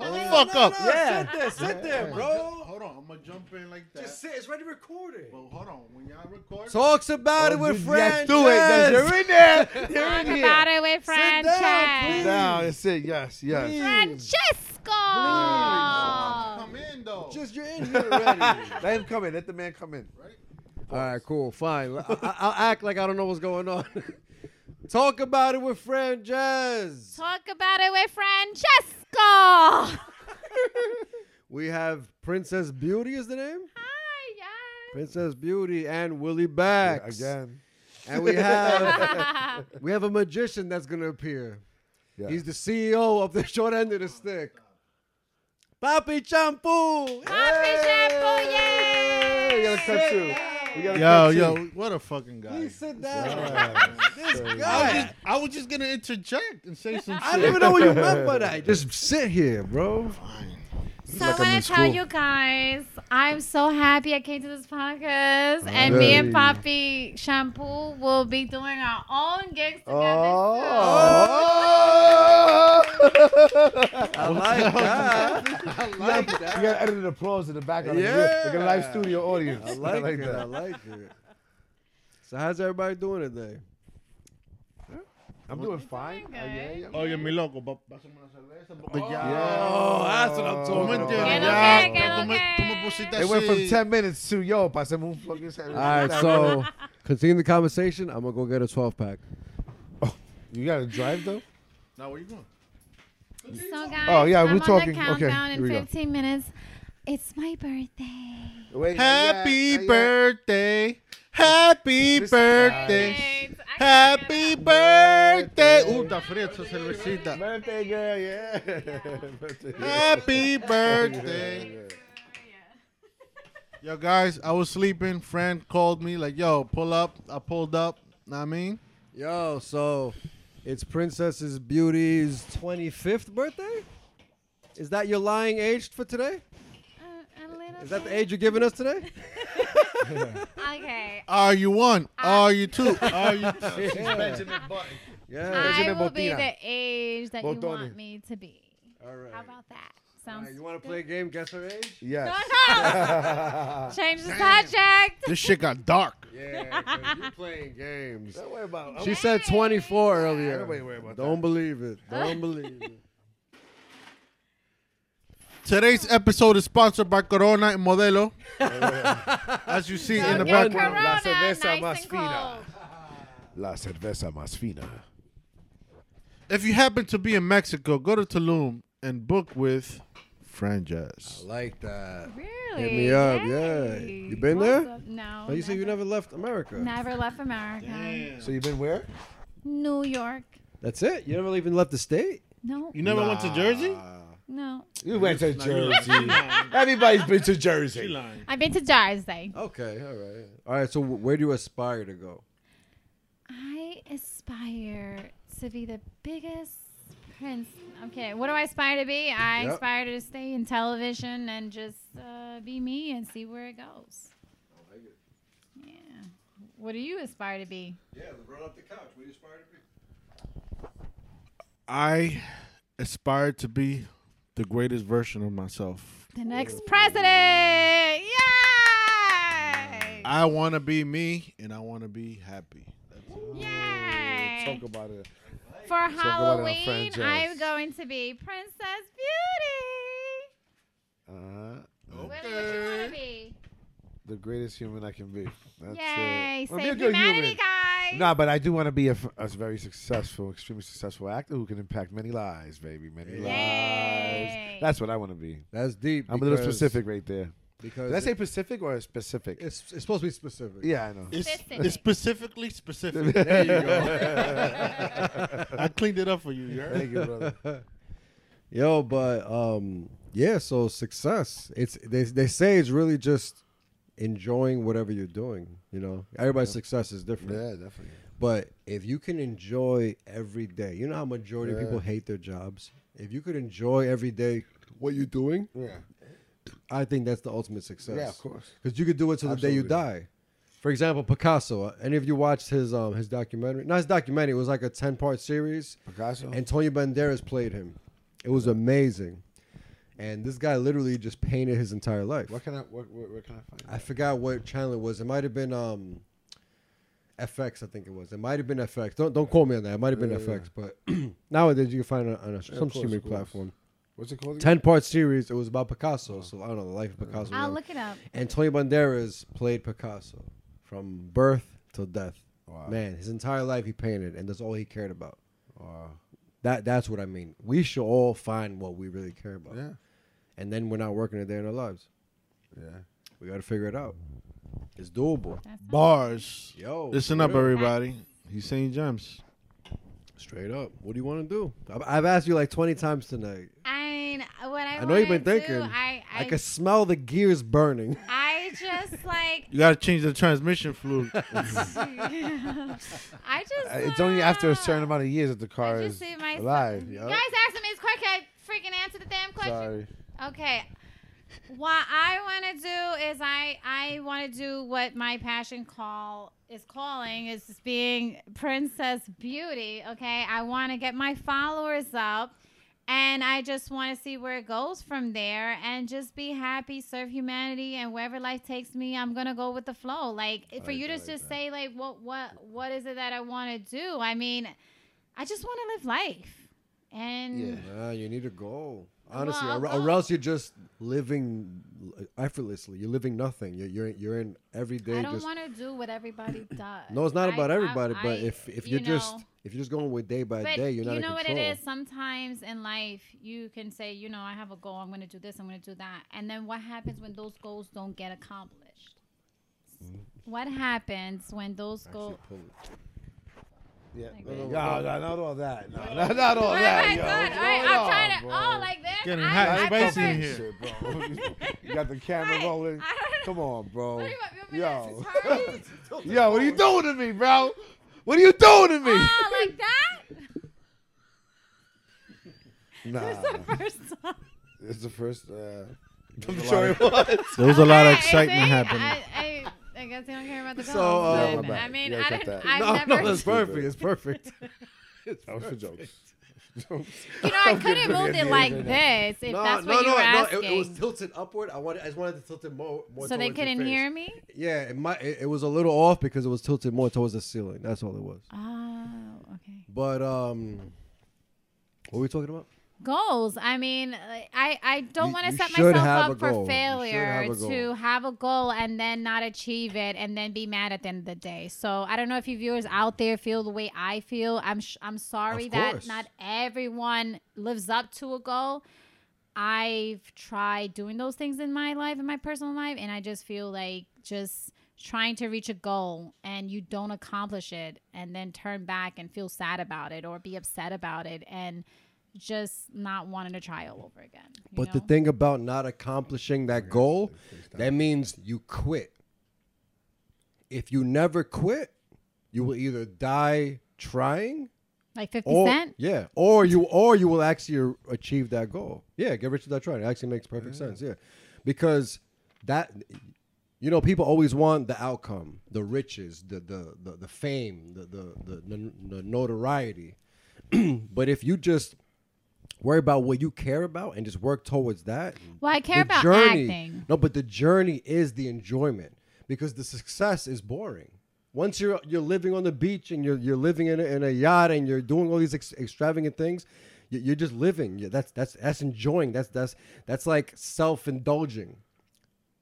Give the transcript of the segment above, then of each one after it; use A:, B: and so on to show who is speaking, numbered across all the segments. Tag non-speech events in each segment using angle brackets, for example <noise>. A: fuck up.
B: Yeah.
C: Sit there, sit there, bro.
D: Hold on, I'm gonna jump in like that.
C: Just sit. It's already recorded.
D: But hold on, when y'all record,
C: Talks about it
B: Oh,
C: with
B: you-
C: friends.
B: Yes, do it.
C: yes.
B: Yes, you're in <laughs> there. You're
E: Talk
B: in
E: about
B: here.
E: it with
C: down,
E: Francesco.
C: please.
B: Now, that's it. Yes, yes.
E: Francesco.
D: come in though.
C: Just you're in
B: <laughs>
C: here already.
B: Let him come in. Let the man come in.
C: All right, cool, fine. I, I- I'll act like I don't know what's going on. <laughs> Talk about it with friend Jazz.
E: Talk about it with Francesco.
C: We have Princess Beauty is the name.
E: Hi, yes.
B: <laughs>
C: Princess Beauty and Willie Bax.
B: Again.
C: And we
B: <laughs>
C: have we have a magician that's gonna appear.
B: Yeah.
C: He's the CEO of the <laughs> short end of the stick. Papi Champu!
E: Coffee shampoo,
B: We gotta
E: yay!
B: cut to. We gotta
D: Yo,
B: cut to.
D: yo, what a fucking guy.
C: Please sit down.
D: Yeah.
C: This
D: I was
C: guy.
D: just, I was just gonna interject and say some shit.
C: I don't even know what you meant by <laughs> that. Just sit here, bro.
E: So I want to tell you guys, I'm so happy I came to this podcast, and me and Poppy Shampoo will be doing our own gigs together.
C: Oh.
B: Oh.
D: <laughs>
C: I <laughs> like that.
D: I
B: you
D: like that.
B: gotta edit an applause in the background.
C: Yeah.
B: Yeah. Like a live studio audience. <laughs>
C: I like, it. I
B: that.
C: like it. So how's everybody doing today?
B: I'm doing fine.
E: Doing
B: Uh, yeah,
E: good.
B: yeah.
D: Oye, mi loco, pa- pásame una cerveza, porque ya.
C: Oh, that's what I'm
D: Tú me
C: talking
D: entiendes,
E: Get
C: about.
D: ya.
E: okay, get
D: tú, me, tú me
E: okay.
D: pusiste así.
B: It went from 10 minutes to yo, pasé un fucking
C: All right, so <laughs> continue the conversation. I'm gonna go get a 12 pack.
B: You gotta drive though?
D: Now, where you going?
E: So guys,
B: Oh, yeah,
E: I'm
B: we're
E: on
B: talking.
E: The
B: Okay,
E: countdown
B: here we
E: in
B: go.
E: 15 minutes. It's my birthday.
B: Wait, not yet,
D: Happy
B: not yet.
D: birthday. Happy
B: This
D: birthday. Happy birthday. Uh, está fría esa cervecita.
B: Birthday girl, <laughs> yeah. Birthday
D: <laughs>
B: girl.
D: Happy birthday. Yo, guys, I was sleeping. Friend called me, like, yo, pull up. I pulled up. Know what I mean?
C: Yo, so it's Princess's Beauty's 25th birthday. Is that your lying age for today?
E: A, a little
C: Is that the
E: bit.
C: age you're giving us today? <laughs>
E: Okay.
D: Are you one? Are you two? Are <laughs> you
C: Yeah.
E: I
B: President
E: will be
B: Botina.
E: the age that you
B: Botoni.
E: want me to be.
C: All right.
E: How about that?
C: All
E: Sounds
C: right, you want to play a game? Guess her
B: <laughs>
C: age?
E: No,
B: Yes.
E: no. <laughs> Change
C: <laughs>
E: the subject.
D: this shit got dark.
C: Yeah. 'cause you playing
B: <laughs>
C: games.
B: Don't worry about it.
C: She said 24 earlier.
B: Nobody worry about
C: Don't believe
B: <laughs>
C: it. Don't believe it.
D: Today's episode is sponsored by Corona and <laughs> Modelo. As you see in the
E: Don't
D: background.
E: get
B: background, la
E: corona, nice
B: cerveza más
E: and
B: fina.
E: cold.
B: La cerveza más fina.
D: If you happen to be in Mexico, go to Tulum and book with Fran Jazz.
C: like that.
E: Really?
C: me up, yeah.
E: Yay.
C: You been there?
E: Awesome. No.
C: Oh, you say you never left America?
E: Never left America.
B: So you've been where?
E: New York.
C: That's it? You never even left the state?
E: No.
D: You never went to Jersey?
E: No.
B: You went
D: <laughs>
B: to Jersey.
D: lying.
B: Everybody's been to Jersey.
E: I've been to Jersey.
C: Okay, all right. All right, so wh- where do you aspire to go?
E: I aspire to be the biggest prince. Okay, what do I aspire to be? I
C: Yep.
E: aspire to stay in television and just uh, be me and see where it goes. I like it. Yeah. What do you aspire to be?
C: Yeah, LeBron up the couch. What do you aspire to be?
D: I aspire to be the greatest version of myself.
E: The next president. Yay!
D: I want to be me and I want to be happy.
E: Yay!
B: Talk about it.
E: For
B: about our
E: Halloween, I'm
B: franchise.
E: going to be Princess Beauty.
B: Uh,
E: Willie, what you want to be?
B: the greatest human I can be. That's
E: Yay!
B: it. Well, be a
E: Save
B: good
E: humanity,
B: human.
E: guys.
B: Nah, but I do want to be a, f- a very successful, extremely successful actor who can impact many lives, baby, many
E: Yay.
B: lives. That's what I want to be.
C: That's deep.
B: I'm a little
C: because-
B: specific right there.
C: Because
B: Did I say Pacific or specific?
C: it's, it's supposed to be specific.
B: Yeah, I know.
D: It's,
E: Specific.
D: it's specifically <laughs> specific. <laughs> There you go. I cleaned it up for you. you heard?
B: Thank you, brother.
C: <laughs> Yo, but um, yeah. So success. It's they they say it's really just enjoying whatever you're doing. You know, everybody's success is different.
B: <laughs> yeah, definitely.
C: But if you can enjoy every day, you know how majority of
B: Yeah.
C: people hate their jobs. If you could enjoy every day what you're doing,
B: Yeah.
C: I think that's the ultimate success.
B: Yeah, of course.
C: Because you could do it till the day you die. For example, Picasso. uh, Any of you watched his um his documentary? Not his documentary. It was like a ten part series.
B: Picasso?
C: Antonio Banderas played him. It was amazing. and this guy literally just painted his entire life.
B: What can I? What, where, where can I find?
C: I forgot what channel it was. It might have been um, FX. I think it was. It might have been FX. Don't don't call me on that. It might have been
B: Yeah, yeah,
C: FX. But <clears throat> nowadays you can find it on a, some
B: course,
C: streaming
B: of course.
C: platform.
B: What's it called? again?
C: Ten part series. It was about Picasso. So I don't know the life of Picasso.
E: I'll
C: whatever.
E: look it up.
C: Antonio Banderas played Picasso from birth till death.
B: Wow.
C: Man, his entire life he painted, and that's all he cared about.
B: Wow.
C: That that's what I mean. We should all find what we really care about,
B: Yeah.
C: and then we're not working a day in our lives.
B: Yeah.
C: We got to figure it out. It's doable.
D: Bars.
C: Yo,
D: Listen
C: straight
D: up, everybody. He's saying gems.
C: Straight up. What do you want to do? I've- I've asked you like twenty times tonight.
E: I mean, what I,
C: I know you've been
E: wanna do,
C: thinking.
E: I
C: I,
E: I,
C: can smell the gears burning.
E: I just
B: <laughs>
E: like <laughs>
D: You gotta change the transmission <laughs> fluid.
E: I just.
B: Uh, It's only after a certain
E: uh,
B: amount of years that the car
E: I
B: is
E: just see myself.
B: alive.
E: You
B: Yup.
E: guys asked me this question. I freaking answered the damn question.
B: Sorry.
E: Okay. What I want to do is I I want to do what my passion call is calling is just being princess beauty. Okay, I want to get my followers up, and I just want to see where it goes from there, and just be happy, serve humanity, and wherever life takes me, I'm gonna go with the flow. Like for
B: like
E: you to
B: that, like
E: just
B: that.
E: say like what what what is it that I want to do? I mean, I just want to live life, and.
B: Yeah.
C: Nah, you need a goal. Honestly,
E: Mm. Well,
C: or,
E: I'll
C: or
E: go.
C: else you're just living effortlessly. You're living nothing. You're you're, you're in every day.
E: I don't
C: just
E: want to do
C: <clears throat>
E: what everybody does.
C: no, it's not
E: I-
C: about
E: I-
C: everybody.
E: I-
C: but if if you're
E: you
C: just
E: know.
C: if you're just going with day by
E: But
C: day, you're not
E: you
C: in
E: know what it
C: control.
E: is. Sometimes in life, you can say, you know, I have a goal. I'm going to do this. I'm going to do that. And then what happens when those goals don't get accomplished? What happens when those goals?
C: Mm. Actually, pull it.
B: Yeah.
E: Like
B: No,
E: that.
B: no, no, no, not all that. No, not, not all
E: Oh my
B: that. yo.
E: God! All right,
B: What's
E: I'm trying to.
B: going
E: Oh,
B: on,
E: like this.
D: Getting
E: I,
D: hot
E: I
D: and spicy
E: prefer-
D: in here.
B: bro? Shit,
E: <laughs>
B: bro. <laughs> you got the camera
E: I-
B: rolling.
E: I don't-
B: Come on, bro.
E: What do you want me
B: Yo.
E: to
C: <laughs>
E: turn?
B: Yo, what are you doing to me, bro? What are you doing to me?
E: Oh, like that? <laughs>
B: Nah,
E: First time.
B: it's the first. Uh,
E: <laughs>
C: I'm sure it was.
D: There was a lot
E: I-
D: of
E: I
D: excitement
E: think-
D: happening.
E: I, I, I guess they don't care about the
C: So,
E: goals.
C: uh,
B: Yeah,
E: but
B: my bad.
E: I mean,
B: Yeah,
E: I
B: cut
E: don't.
C: <laughs>
B: that.
C: no,
E: I've
C: no,
E: <laughs> never.
C: that's perfect. It's perfect. It's
B: that was for
C: perfect.
B: <laughs> jokes.
E: You know,
C: <laughs>
E: I couldn't move it like this if that's what you were asking.
C: It, it was tilted upward. I wanted, I just wanted to tilt it more. more
E: so they
C: towards your
E: couldn't
C: face.
E: hear me?
C: Yeah, it might. It, it was a little off because it was tilted more towards the ceiling. That's all it was.
E: Oh, okay.
C: But um, what were we talking about?
E: Goals. I mean, like, I, I don't
C: You-
E: want
C: you
E: to set
C: should
E: myself
C: have a
E: up for
C: goal. You should
E: failure
C: have a goal.
E: to have a goal and then not achieve it and then be mad at the end of the day. So I don't know if you viewers out there feel the way I feel. I'm sh- I'm sorry
C: Of
E: that
C: course.
E: not everyone lives up to a goal. I've tried doing those things in my life, in my personal life, and I just feel like just trying to reach a goal and you don't accomplish it and then turn back and feel sad about it or be upset about it and just not wanting to try all over again. you
C: But the
E: know?
C: thing about not accomplishing that goal, that means you quit. If you never quit, you will either die trying
E: like 50
C: or
E: Cent?
C: yeah, or you or you will actually achieve that goal. Yeah, get rich without trying. It actually makes perfect sense. Yeah, because that you know people always want the outcome, the riches, the the the, the fame, the the, the the the notoriety. <clears throat> but if you just worry about what you care about and just work towards that,
E: Well, I care
C: the
E: about
C: journey-
E: acting.
C: No, but the journey is the enjoyment because the success is boring. Once you're you're living on the beach and you're you're living in a, in a yacht and you're doing all these ex- extravagant things, you- you're just living. You- That's that's that's enjoying. That's that's that's like self indulging.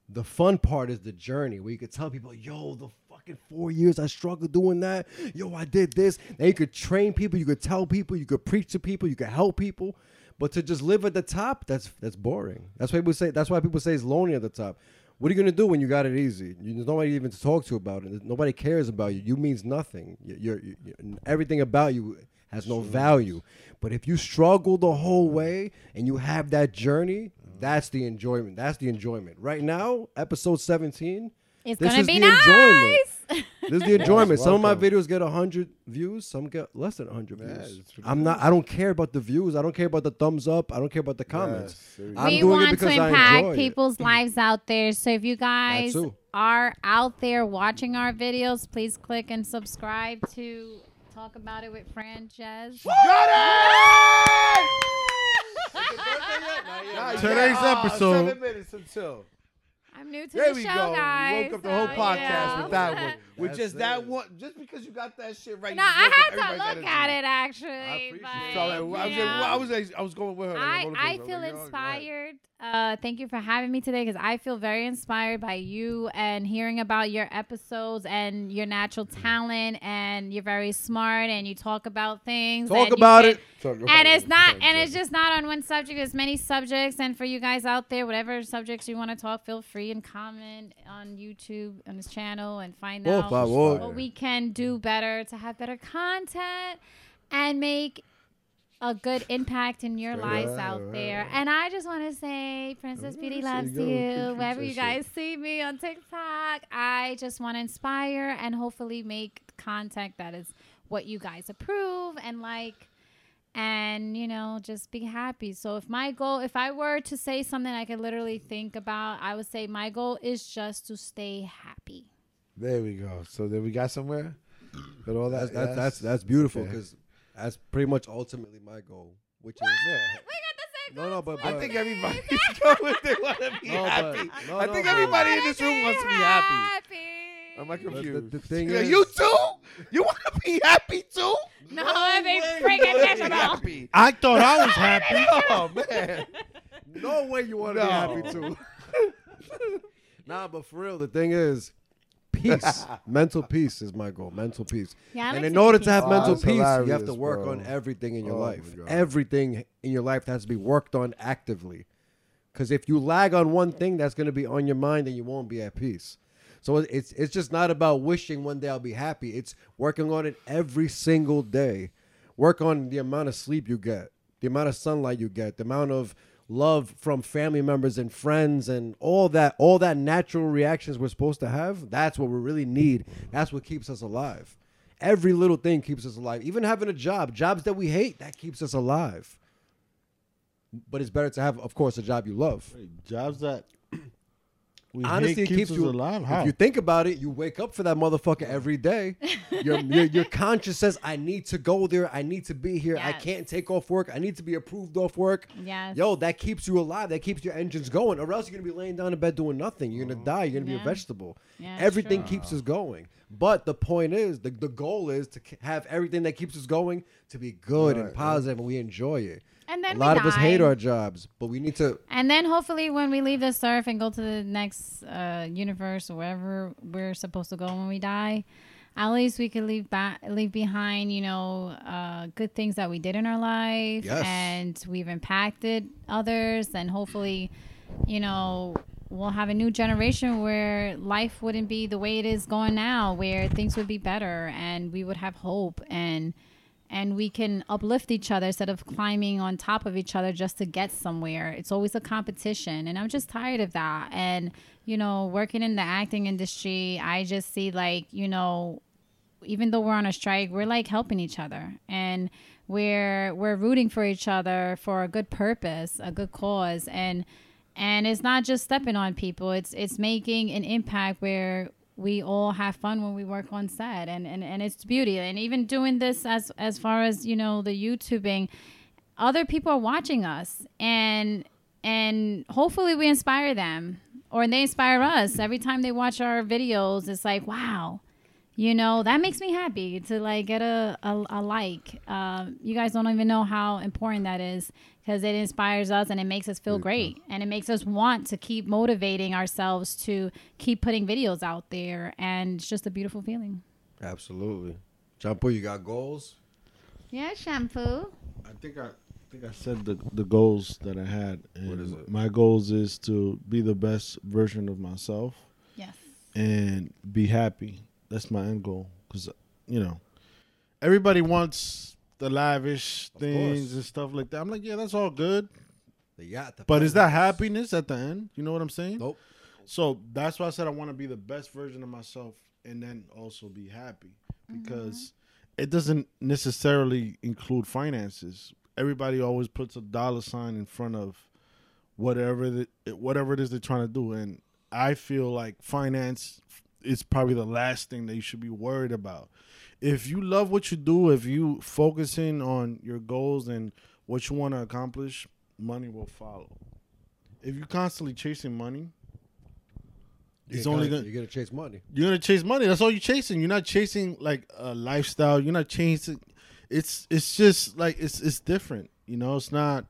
C: The fun part is the journey where you could tell people, yo, the fucking four years I struggled doing that. Yo, I did this. And you could train people, you could tell people, you could preach to people, you could help people. But to just live at the top, that's that's boring. That's why people say that's why people say it's lonely at the top. What are you gonna do when you got it easy? You, there's nobody even to talk to about it. Nobody cares about you. You means nothing. You- You're, you you- everything about you has no value. But if you struggle the whole way and you have that journey, Mm-hmm. that's the enjoyment. That's the enjoyment. Right now, episode 17.
E: It's
C: this
E: going to
C: is
E: be
C: the
E: nice.
C: enjoyment.
E: <laughs>
C: This is
B: <laughs>
C: the enjoyment. Some of my
B: welcome.
C: videos get 100 views, some get less than 100
B: Yeah,
C: views.
B: it's
C: I'm not I don't care about the views. I don't care about the thumbs up. I don't care about the comments.
B: there you
C: I'm
E: we
C: doing
E: want
C: it because
E: to
C: I
E: impact
C: enjoy it.
B: Mm.
E: people's lives out there. So if you guys
C: too.
E: are out there watching our videos, please click and subscribe to Talk About It with Fran Jez.
B: Got it! Not
D: Today's
B: yet. Ah,
D: episode-
B: Seven minutes until.
E: I'm new to
B: There
E: the
B: we
E: show,
B: go.
E: guys.
B: Woke up the whole
E: so,
B: podcast
E: yeah.
B: with that one. With
C: That's
B: just that
C: it.
B: one, just because you got that shit right.
E: No,
B: you
E: I
B: woke up
E: had to
B: everybody's
E: look
B: energy.
E: at it actually.
C: appreciate it.
E: but,
B: So like, I, was,
E: you
B: like,
E: know.
B: I was like, I was going with her. like,
E: I,
B: roller
E: I
B: coaster.
E: feel
B: was like, yo, go ahead.
E: inspired. Uh, thank you for having me today because I feel very inspired by you and hearing about your episodes and your natural
C: Mm.
E: talent and you're very smart and you talk about things.
C: Talk
E: and you
C: about
E: can-
C: it.
B: <laughs>
E: And it's not, and it's just not on one subject. There's many subjects, and for you guys out there, whatever subjects you want to talk, feel free and comment on YouTube on this channel and find
C: Por
E: out
C: favor.
E: what we can do better to have better content and make a good impact in your lives
C: Right,
E: out
C: right,
E: there. And I just want to say, Princess Beauty
C: Alright,
E: loves
C: so you gotta
E: you.
C: keep
E: Wherever you
C: consistent.
E: guys see me on TikTok, I just want to inspire and hopefully make content that is what you guys approve and like. And you know, just be happy. So, if my goal, if I were to say something I could literally think about, I would say my goal is just to stay happy.
B: There we go. So then we got somewhere. But all
C: That's
B: that.
C: that's
B: yes.
C: that's, that's beautiful
B: Okay.
C: because that's pretty much ultimately my goal, which is
E: We got the same
C: No, no,
E: goals,
C: but-
E: we
C: but-
B: I
E: got
B: think
C: <laughs>
E: the
B: everybody's
E: same
B: going. They want to be
C: No, but-
B: happy.
C: no,
B: I
C: no,
B: think
C: but-
B: everybody in this room wants to be happy. Am I
E: happy.
C: But
B: confused?
C: the- the thing
B: You're like,
C: is-
B: you too? You want to be happy too? <laughs>
E: No, I think
B: way
C: <laughs>
B: you
E: freaking
B: wanna be
E: miserable.
B: happy.
D: I thought I was happy.
B: Oh
E: <laughs>
B: man.
C: no way you want
B: No. <laughs>
C: too. nah, but for real, the thing is,
B: <laughs>
C: peace, mental peace is my goal. Mental peace.
E: Yeah, I like
C: and
E: to
C: in
E: be
C: order to have
B: peaceful.
C: mental
B: That's
C: peace, you have
B: hilarious,
C: to work
B: bro.
C: on everything in your
B: Oh, my
C: life.
B: God.
C: Everything in your life has to be worked on actively. Because if you lag on one thing, that's going to be on your mind, and you won't be at peace. So it- it's it's just not about wishing one day I'll be happy. It's working on it every single day. Work on the amount of sleep you get, the amount of sunlight you get, the amount of love from family members and friends and all that all that natural reactions we're supposed to have that's what we really need that's what keeps us alive every little thing keeps us alive even having a job jobs that we hate that keeps us alive but it's better to have of course a job you love
D: Jobs that we
C: Honestly, it keeps, you
D: alive.
C: If you think about it, you wake up for that motherfucker every day.
E: <laughs>
C: your, your your conscience says, "I need to go there. I need to be here. I
E: Yes.
C: can't take off work. I need to be approved off work."
E: Yes.
C: Yo, that keeps you alive. That keeps your engines going. Or else you're gonna be laying down in bed doing nothing. You're gonna die. You're gonna be
E: Yeah.
C: a vegetable.
E: Yeah, it's
C: everything
E: true.
C: keeps us going. But the point is, the, the goal is to k- have everything that keeps us going to be good and
B: Right,
C: positive, and we enjoy it.
E: And then
C: a
E: we
C: lot of us hate
E: die.
C: our jobs, but we need to
E: And then hopefully when we leave this earth and go to the next uh, universe or wherever we're supposed to go when we die, at least we could leave back, leave behind, you know, uh, good things that we did in our life,
C: Yes.
E: and we've impacted others, and hopefully, you know. We'll have a new generation where life wouldn't be the way it is going now, where things would be better and we would have hope and and we can uplift each other instead of climbing on top of each other just to get somewhere. It's always a competition, and I'm just tired of that. And you know, working in the acting industry, I just see like you know, even though we're on a strike, we're like helping each other, and we're we're rooting for each other for a good purpose, a good cause, and and it's not just stepping on people. It's it's making an impact where we all have fun when we work on set and, and, and it's beauty and even doing this as as far as you know the youtubing other people are watching us and and hopefully we inspire them or they inspire us every time they watch our videos it's like wow you know that makes me happy to like get a, a, a like um, you guys don't even know how important that is because it inspires us and it makes us feel great and it makes us want to keep motivating ourselves to keep putting videos out there and it's just a beautiful feeling
C: absolutely. Champo, you got goals.
E: yeah shampoo
D: I think I, I think I said the, the goals that I had. And
C: What is it?
D: My goals is to be the best version of myself
E: yes
D: and be happy. That's my end goal. Cause you know, everybody wants the lavish
C: Of
D: things
C: course.
D: and stuff like that. I'm like, yeah, that's all good,
C: The yacht. the
D: but is that
C: palace.
D: happiness at the end? You know what I'm saying?
C: Nope.
D: So that's why I said I want to be the best version of myself and then also be happy because it doesn't necessarily include finances. Everybody always puts a dollar sign in front of whatever the, whatever it is they're trying to do and I feel like finance is probably the last thing that you should be worried about. If you love what you do, if you focus in on your goals and what you want to accomplish, money will follow. If you're constantly chasing money,
C: You
D: it's
C: gotta-
D: only gonna,
C: you're gonna chase money.
D: you're gonna chase money. That's all you're chasing. You're not chasing like a lifestyle. You're not chasing. It's it's just like it's it's different. You know, it's not.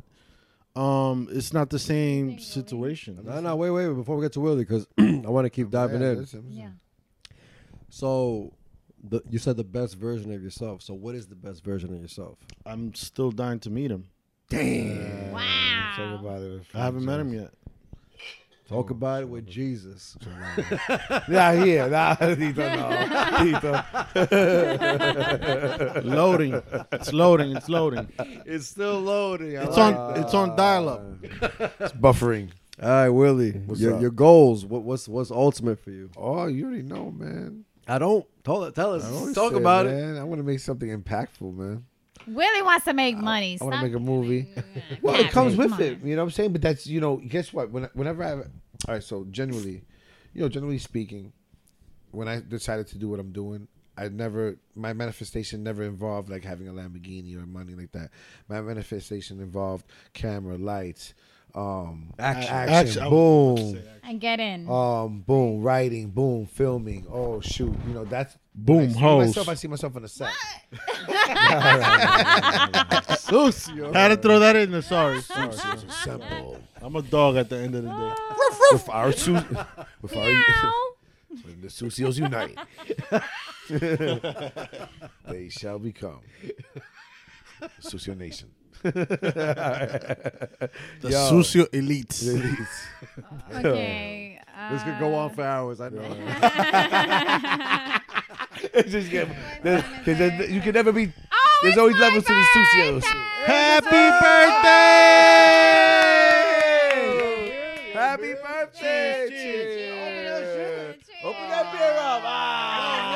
D: Um, it's not the same situation.
C: No, no, wait, wait, wait, before we get to Willie, because <clears throat> I want to keep diving
B: Yeah,
C: in.
B: listen, listen.
E: Yeah.
C: So, the, you said the best version of yourself. So, what is the best version of yourself?
D: I'm still dying to meet him.
B: Uh,
E: Wow.
B: Talk about it.
D: I haven't met him yet.
C: Talk about it with Jesus. <laughs>
B: Nah, yeah, nah, he don't know. He don't-
D: Loading. It's loading. It's loading.
C: <laughs> It's still loading.
D: It's on. It's on dial up.
B: It's buffering.
C: All right, Willie. your,
B: up?
C: your goals. What, what's what's ultimate for you?
B: Oh, you already know, man.
C: I don't tell, tell us.
B: I always
C: Talk
B: say,
C: about it.
B: man, I want to make something impactful, man.
E: Willie wants to make money.
B: I want to
E: Stop
B: make a movie.
E: doing
B: Well, it comes
E: Come
B: with
E: on.
B: it. You know what I'm saying? But that's, you know, guess what? When, whenever I have, all right, so generally, you know, generally speaking, when I decided to do what I'm doing, I never, my manifestation never involved like having a Lamborghini or money like that. My manifestation involved camera, lights, um,
C: Action.
B: action,
D: Action.
C: <laughs>
D: I was about to
B: boom,
D: say action.
E: And get in.
B: um, boom, writing, boom, filming. Oh, shoot. You know, that's,
D: Boom,
B: I see
D: hoes.
B: myself, I see myself on the set.
D: Had to throw that in there. Sorry.
B: Our suits are simple.
D: I'm a dog at the end of the day.
B: <laughs> With our suits, with our,
E: Meow.
B: When the Susios unite, <laughs> they shall become Susio Nation.
D: The
B: Yo.
D: Sucio elites.
E: Okay.
C: This could go on for hours. I know.
E: <laughs> uh,
B: It's just get- there's- there's- there's- you can never be.
E: Oh,
B: There's
E: it's
B: always
E: my
B: levels to the Susios.
E: birthday!
B: Happy birthday! Happy birthday! Open that beer up.
C: Ah.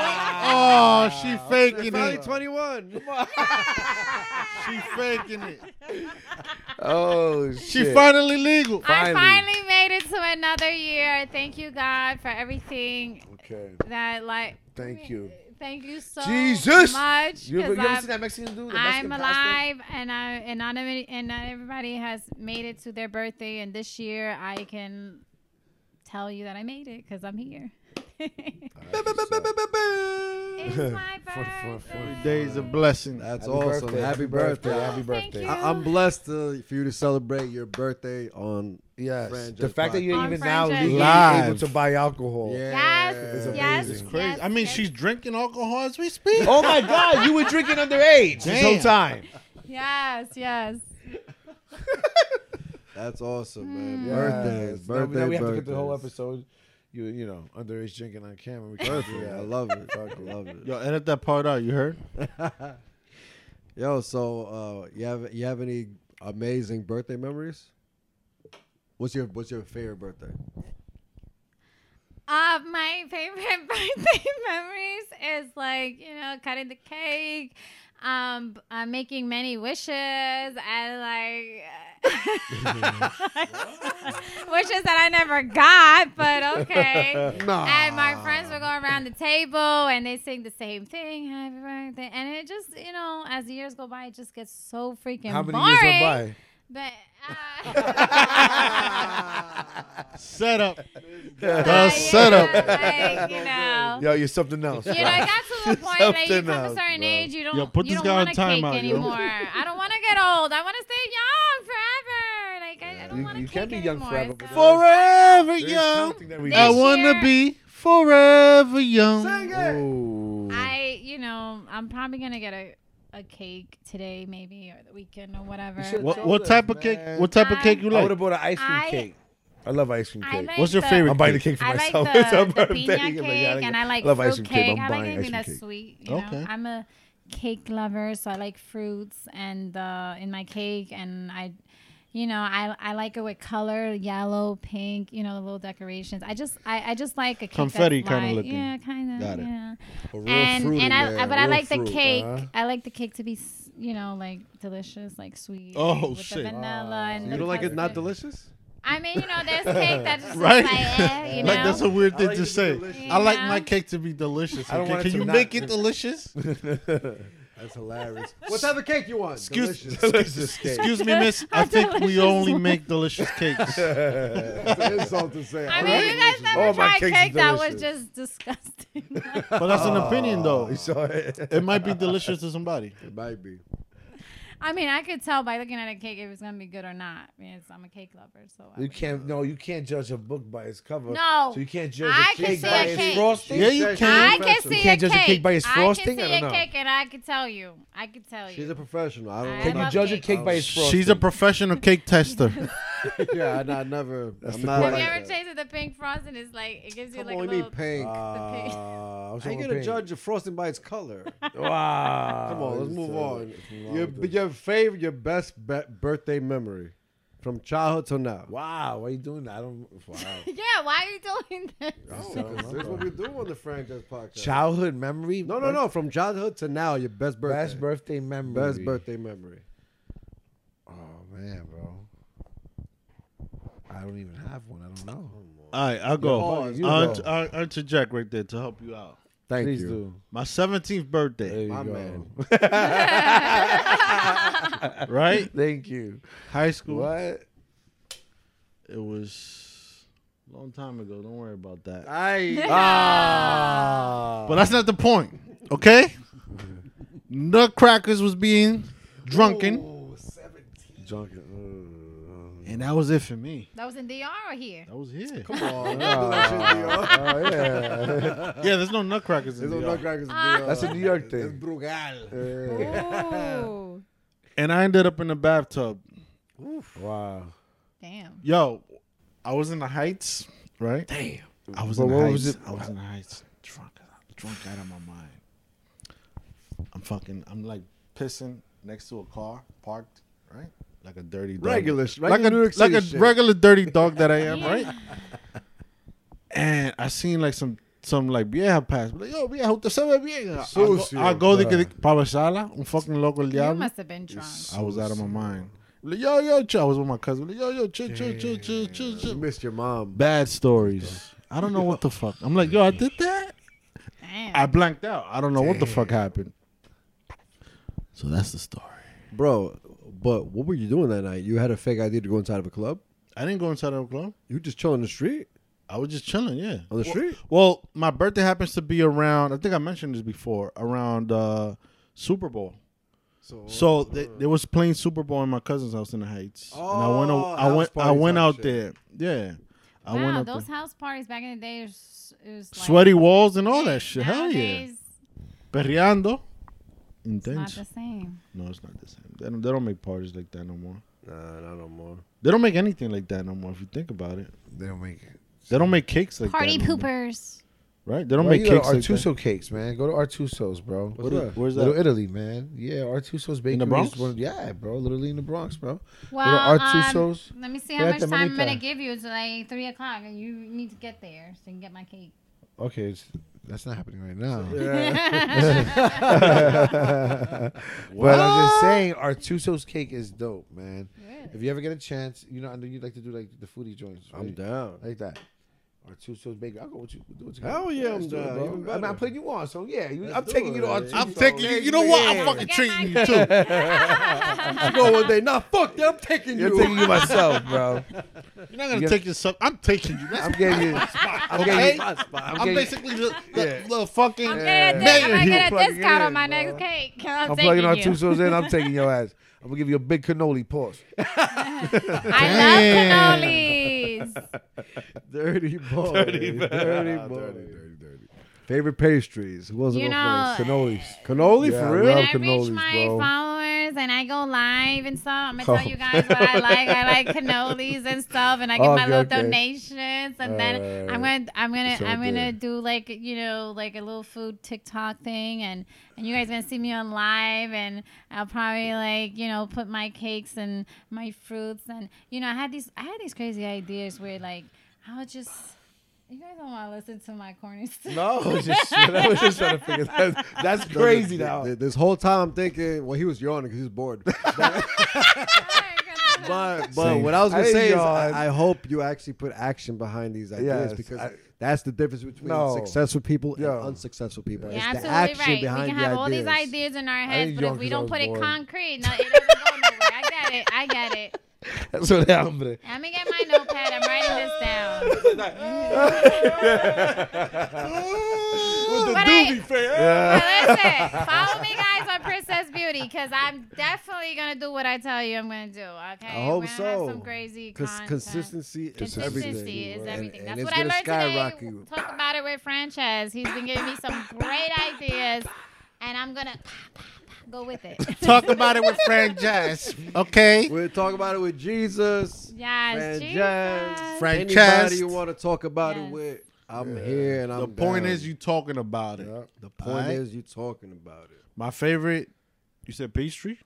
D: Oh, she faking
C: Finally,
D: it.
C: 21.
D: She faking it.
B: Oh,
D: She
B: shit.
D: finally legal.
E: I
B: Finally.
E: finally made it to another year. Thank you, God, for everything
B: Okay,
E: that, like,
B: thank you.
E: thank you so
B: Jesus!
E: much.
B: You ever,
E: 'cause
B: you ever
E: I've-
B: seen that Mexican dude? the
E: I'm
B: Mexican pastor?
E: alive, and I and not every, and not everybody has made it to their birthday. And this year, I can tell you that I made it because I'm here. <laughs>
B: <laughs>
E: it's
B: All right, so-
E: my
B: For- for- for-
E: birthday.
D: Every day is a blessing.
C: That's
B: Happy
C: awesome.
B: birthday,
C: Happy birthday.
B: Happy
E: Oh, thank
B: birthday. Ah,
E: you.
C: I- I'm blessed uh, for you to celebrate your birthday on.
B: Yes.
C: Fran
B: the
C: just
B: fact that
C: bought-
B: you're
E: On
B: even
E: Fran
B: now
E: just-
B: legally
D: Live.
B: able to buy alcohol.
E: Yes,
B: It's
E: yes,
B: amazing. It's
D: Crazy.
E: yes,
D: I mean,
E: yes.
D: she's drinking alcohol as we speak.
B: Oh my God, you were drinking underage this whole
D: Damn.
B: time.
E: Yes, yes.
C: That's awesome, man.
B: Mm. Yes.
C: Birthdays,
B: Now we-
C: birthday,
B: Now we have to get the whole
C: birthdays.
B: episode. You you know underage drinking on camera. We <laughs> can't do
C: Birthday, I
B: that.
C: love it. I love it.
D: Yo, edit that part out. You heard?
C: Yo, so uh, you have you have any amazing birthday memories? What's your What's your favorite
B: <laughs>
C: birthday?
E: Uh, my favorite <laughs> birthday memories is like you know cutting the cake, um, b- uh, making many wishes, and like <laughs> wishes that I never got,
B: <laughs>
E: but okay. And my friends would go around the table and they sing the same thing, happy birthday, and it just you know as the years go by, it just gets so freaking
B: How many
E: boring.
B: years went by?
E: But.
C: <laughs>
E: Uh,
D: Set up.
E: yeah, <laughs>
D: The setup.
E: like, you know.
B: Yo, you're something else.
E: You know,
B: bro.
E: it got to the point that you
B: Something
E: come to a
B: else,
E: certain
B: bro.
E: age, you don't,
D: Yo, put
E: you
D: this
E: don't
D: guy on
E: want a cake
D: timeout, yo.
E: anymore. I don't want to get old. I want to stay young forever. Like I, I
B: <laughs>
E: don't
B: You-
E: want to
B: you
E: cake
B: can't be young
E: anymore,
B: forever,
E: so-
B: but
D: Forever
B: There's
D: young.
B: something that we
D: I
E: This
B: do.
D: wanna
E: year-
D: be forever young.
B: Ooh.
E: I, you know, I'm probably gonna get a, a cake today, maybe, or the weekend, or whatever.
B: should
D: What
B: told
D: what
B: us,
D: type of cake?
B: man.
D: What type of cake you
B: I would
D: like?
B: have bought an ice cream
E: I-
B: cake. I love ice cream
E: I
B: cake.
E: like
D: What's your
E: the-
D: favorite
B: I'm buying the cake for
E: I like
B: myself.
E: the,
B: it's our
E: the
B: birthday.
E: pina
B: I'm
E: cake,
B: like, I like-
E: and I like
B: love
E: fruit
B: ice cream cake.
E: cake.
B: I'm
E: I like
B: buying
E: anything
B: ice
E: that's
B: cream cake.
E: sweet. You know?
D: Okay.
E: I'm a cake lover, so I like fruits and uh, in my cake, and I, you know, I I like it with color, yellow, pink. You know, the little decorations. I just I, I just like a cake
D: Confetti
E: kind
D: kinda
E: of
D: looking.
E: Yeah, kind of.
D: Got it.
E: yeah.
C: A real
E: And
C: fruity
E: and I
C: man,
E: but I
C: real
E: like
C: fruit.
E: the cake.
B: huh?
E: I like the cake to be. s- You know, like delicious, like sweet.
D: Oh,
E: with
D: shit.
E: The vanilla and
C: You
E: the
C: don't like it not
E: custard.
C: delicious?
E: I mean, you know, there's cake that's just
D: Right?
E: like, eh, you
D: <laughs>
E: know.
D: Like that's a weird thing
C: like
D: to
C: it to be
D: say.
C: delicious.
D: I like
E: Yeah.
D: my cake to be delicious.
B: I don't
D: okay?
B: want it
D: Can
B: to
D: you
B: not
D: make
B: be- <laughs>
D: it delicious?
C: That's <laughs> hilarious. what type of cake you want?
D: Excuse- <laughs>
C: Delicious.
B: Delicious <laughs> cake.
D: Excuse me, miss. I think we
E: Delicious
D: only
E: one.
D: make delicious cakes.
C: It's an insult to say.
E: I
C: all
E: mean,
C: right?
E: you guys never
B: Oh, my
E: tried
B: cake's
E: cake that was
B: delicious.
E: just disgusting.
D: <laughs>
B: <laughs>
D: But that's an opinion, though.
B: You saw it.
D: <laughs> It might be delicious to somebody.
C: it might be.
E: I mean, I could tell by looking at a cake if it was gonna be good or not. I mean, it's, I'm a cake lover, so I
B: You
E: would-
B: can't. No, you can't judge a book by its cover.
E: No.
B: So you can't judge
E: I
B: a
E: can
B: cake
E: see
B: by
E: a
B: its
E: cake.
B: frosting.
D: Yeah, you
C: She's
D: can.
E: I
C: a
E: can
C: professional.
E: see
B: can't
E: a
B: judge a
E: cake.
B: cake by its frosting?
E: I
B: I
E: can see
B: don't
E: a
B: know.
E: cake, and I can tell you. I can tell you.
C: She's a professional. I don't.
E: I
B: Can you
E: love
B: judge
E: cake.
B: a cake by its frosting?
D: She's a professional cake
E: <laughs>
D: tester.
C: <laughs> yeah, I, I never.
B: That's
C: I'm
B: the
C: not like
B: question.
E: Have you ever
C: that. Uh,
E: tasted the pink frosting? It's like it gives you
C: Come
E: like
C: on,
E: a
C: what do you
E: little.
C: mean pink?
B: <laughs> Ah,
C: How you gonna judge the frosting by its <laughs> color?
B: Wow.
C: Come on, let's move on. Your,
B: Your,
C: your favorite, your best be- birthday memory from childhood till now.
B: wow, why are you doing that? I don't. Wow.
E: <laughs> yeah, why are you doing this? <laughs>
C: Oh,
B: So-
C: this is what we do on the franchise podcast.
B: <laughs> Childhood memory?
C: no, no, no. From childhood to now, your best birthday.
B: Best birthday memory.
C: Best birthday memory.
B: Oh man, bro. I don't even have one. I don't know.
D: All right, I'll go.
B: Oh, you
D: I'll,
B: go.
D: I'll, I'll interject right there to help you out.
C: Thank
B: Please
C: you.
B: do.
D: My 17th
B: There
D: birthday,
B: you
C: My
B: go.
C: man.
D: right?
B: <laughs> Thank you.
D: <laughs> High school.
B: What?
D: It was a long time ago. Don't worry about that.
C: I
B: Ah.
D: But that's not the point, okay? Nutcrackers was being drunken,
C: uh,
B: Drunken.
D: and that was it for me.
E: that was in DR or here?
D: That was here.
C: come
B: <laughs>
C: on. There's
B: Oh yeah.
D: Yeah, there's no Nutcrackers in
C: no
D: DR.
C: nutcrackers.
E: Ah.
B: That's a New York thing.
C: Brugal.
B: <laughs> Yeah.
E: Ooh,
D: And I ended up in the bathtub.
B: Wow.
E: damn.
D: Yo, I was in the heights, right? Damn. I was
B: But
D: in the
B: what
D: heights.
B: was it-
D: I was in the heights. Drunk, drunk out of my mind. I'm fucking. I'm like pissing next to a car parked, right? Like a dirty dog.
C: Regular, sh-
D: like
C: regular
D: a
C: New York
D: like
C: City
D: a
C: shit.
D: regular dirty dog that I am,
E: Yeah.
D: right? And I seen like some some like vieja pass. Like yo, vieja, usted se ve bien. I go-
C: Sucio,
D: I go, de que
B: bruh.
D: para sala, un fucking loco el
E: You
D: diablo.
E: must have been drunk.
D: I was out of my mind. Like, yo, yo, chill. I was with my cousin. Like, yo, yo, chill, chill, chill, chill, chill,
C: You
D: chill.
C: missed your mom.
D: Bad stories. I don't know what the fuck. I'm like, yo, I did that.
E: Damn.
D: I blanked out. I don't know what the fuck happened. So that's the story.
C: Bro, but what were you doing that night? You had a fake idea to go inside of a club?
D: I didn't go inside of a club.
C: You just chill on the street?
D: I was just chilling. Yeah,
C: On the
D: Well-
C: street?
D: Well, my birthday happens to be around. I think I mentioned this before. Around uh, Super Bowl.
C: So,
D: So they, they was playing Super Bowl in my cousin's house in the Heights, and I went.
C: Oh,
D: o- I
C: house
D: went. I
C: party
D: went
C: type
D: out
C: shit.
D: there. Yeah, I went
E: wow,
D: out
E: those
D: there.
E: house parties back in the day, it was, it was like,
D: Sweaty walls and all Oh, that shit. Hell yeah.
E: Nowadays,
D: Perreando.
E: it's Not
D: Intense.
E: the same.
D: No, it's not the same. They don't, they don't make parties like that no more.
C: Nah, not no more.
D: They don't make anything like that no more. If you think about it,
B: They don't make it.
D: they don't make cakes like
E: Party
D: that. no more,
E: poopers.
D: right? They don't
B: Why
D: make
B: you go to
D: cakes like
B: Artuso
D: that.
B: cakes, man. Go to Artuso's, bro.
C: What's that?
D: Where's
B: Little
D: that?
B: Italy, man. Yeah, Artuso's bakery. is
D: Bronx?
B: one- yeah, bro. Literally in the Bronx, bro.
E: Well,
B: Little
E: um,
B: Artuso's.
E: let me see
B: Yeah,
E: how much
B: the
E: time I'm gonna
B: mamita.
E: give you. It's like three o'clock, and you need to get there so you can get my cake.
B: okay, it's, that's not happening right now.
E: <laughs>
B: but I'm just saying, Artuso's cake is dope, man.
E: Really?
B: If you ever get a chance, you know, I know you like to do like the foodie joints.
C: I'm
B: right?
C: down.
B: Like that. Artuso's bakery. I'll go with you. We'll do it together.
C: Hell yeah, I'm
B: let's do it,
C: down.
B: bro.
C: Even
B: I mean,
C: better.
B: I'm putting you on, so yeah. You,
C: Let's
B: I'm
C: do
B: taking
C: it.
B: you to Artuso's.
D: I'm taking you. You know what? I'm fucking
E: Get
D: treating
E: my
D: you
E: cake. <laughs>
D: too.
C: You go one day. Nah, fuck that. I'm taking
B: You're
C: you. <laughs>
B: taking you myself,
D: You're
B: bro.
D: not gonna
B: You-
D: take yourself. I'm taking you. That's
B: I'm getting you. I'm
D: okay.
B: getting you.
D: I'm,
B: I'm getting-
D: basically <laughs> the, the,
B: Yeah.
D: the fucking
E: I'm
D: mayor
E: gonna di- I might
D: here.
E: get a
B: plugging
E: discount
B: in,
E: on my
B: bro.
E: next cake. <laughs> I'm,
B: I'm
E: taking
B: plugging
E: you.
B: Artuso's in. I'm taking
C: <laughs>
B: your ass. I'm gonna give you a big cannoli pause.
E: I love cannolis.
C: Dirty boy.
B: Dirty boy.
C: Dirty boy. Dirty, dirty, dirty. Favorite pastries. Who else
E: You know,
B: Cannolis.
C: Cannoli
B: Yeah,
C: for
B: I
C: real?
E: when
B: love
E: I reach
B: cannolis,
E: my
B: bro.
E: followers and I go live and stuff, I'm gonna
B: Oh.
E: tell you guys what I like. I like cannolis and stuff, and I
B: <laughs>
E: get my
B: Okay,
E: little
B: okay.
E: donations, and then I'm
B: Alright.
E: gonna I'm gonna
B: It's all
E: I'm gonna
B: good.
E: do like you know like a little food TikTok thing, and and you guys gonna see me on live, and I'll probably like you know put my cakes and my fruits, and you know I had these I had these crazy ideas where like I'll just. You guys don't want to listen to my corny <laughs>
B: <laughs>
E: stuff.
B: No, I was just, I was just trying to figure <laughs> that. That's crazy
C: Th-
B: now. <laughs>
C: th- This whole time I'm thinking, well, he was yawning because he's bored.
E: Oh my goodness.
C: but but
B: Same.
C: what I was gonna
B: I
C: say is
B: yawned.
C: I, I hope you actually put action behind these ideas
B: Yes,
C: because
B: I-
C: that's the difference between
B: No.
C: successful people
B: Yo.
C: and unsuccessful people.
E: You're
C: It's the
E: absolutely
C: action
E: right. We
C: behind
E: can
C: the
E: have all
C: ideas.
E: these ideas in our
B: did
E: heads, but
B: yawn
E: if
B: 'cause I
E: we don't
B: was
E: put it
B: bored.
E: concrete, no, it doesn't go nowhere. I get it. I get it.
B: That's what <laughs> happened.
E: Let me get my notepad. I'm writing this
C: <laughs>
E: down. But I,
B: Yeah.
E: But listen, follow
C: <laughs>
E: me, guys, on Princess Beauty because I'm definitely gonna do what I tell you I'm gonna do. Okay,
C: I hope
E: We're gonna have
C: so.
E: some crazy
C: Cons-
E: content.
C: consistency is
E: Consistency
C: everything.
E: is
C: And-
E: everything.
C: and
E: That's
C: it's
E: what I
C: gonna
E: learned
C: skyrocket
E: today.
C: you.
E: Talk about it with Frances. He's been giving me some great ideas, and I'm gonna go with it.
D: Talk about it with Frank Jazz, <laughs> okay?
C: We'll talk about it with Jesus.
E: Yes,
C: Fran
E: Jesus.
C: Jazz,
D: Frank
C: anybody
D: Chest.
C: you want to talk about it
E: Yes.
C: with, I'm here and I'm
D: The point
C: down.
D: is you talking about it.
B: Yep.
C: The point
D: Alright.
C: is you talking about it.
D: My favorite, you said pastry?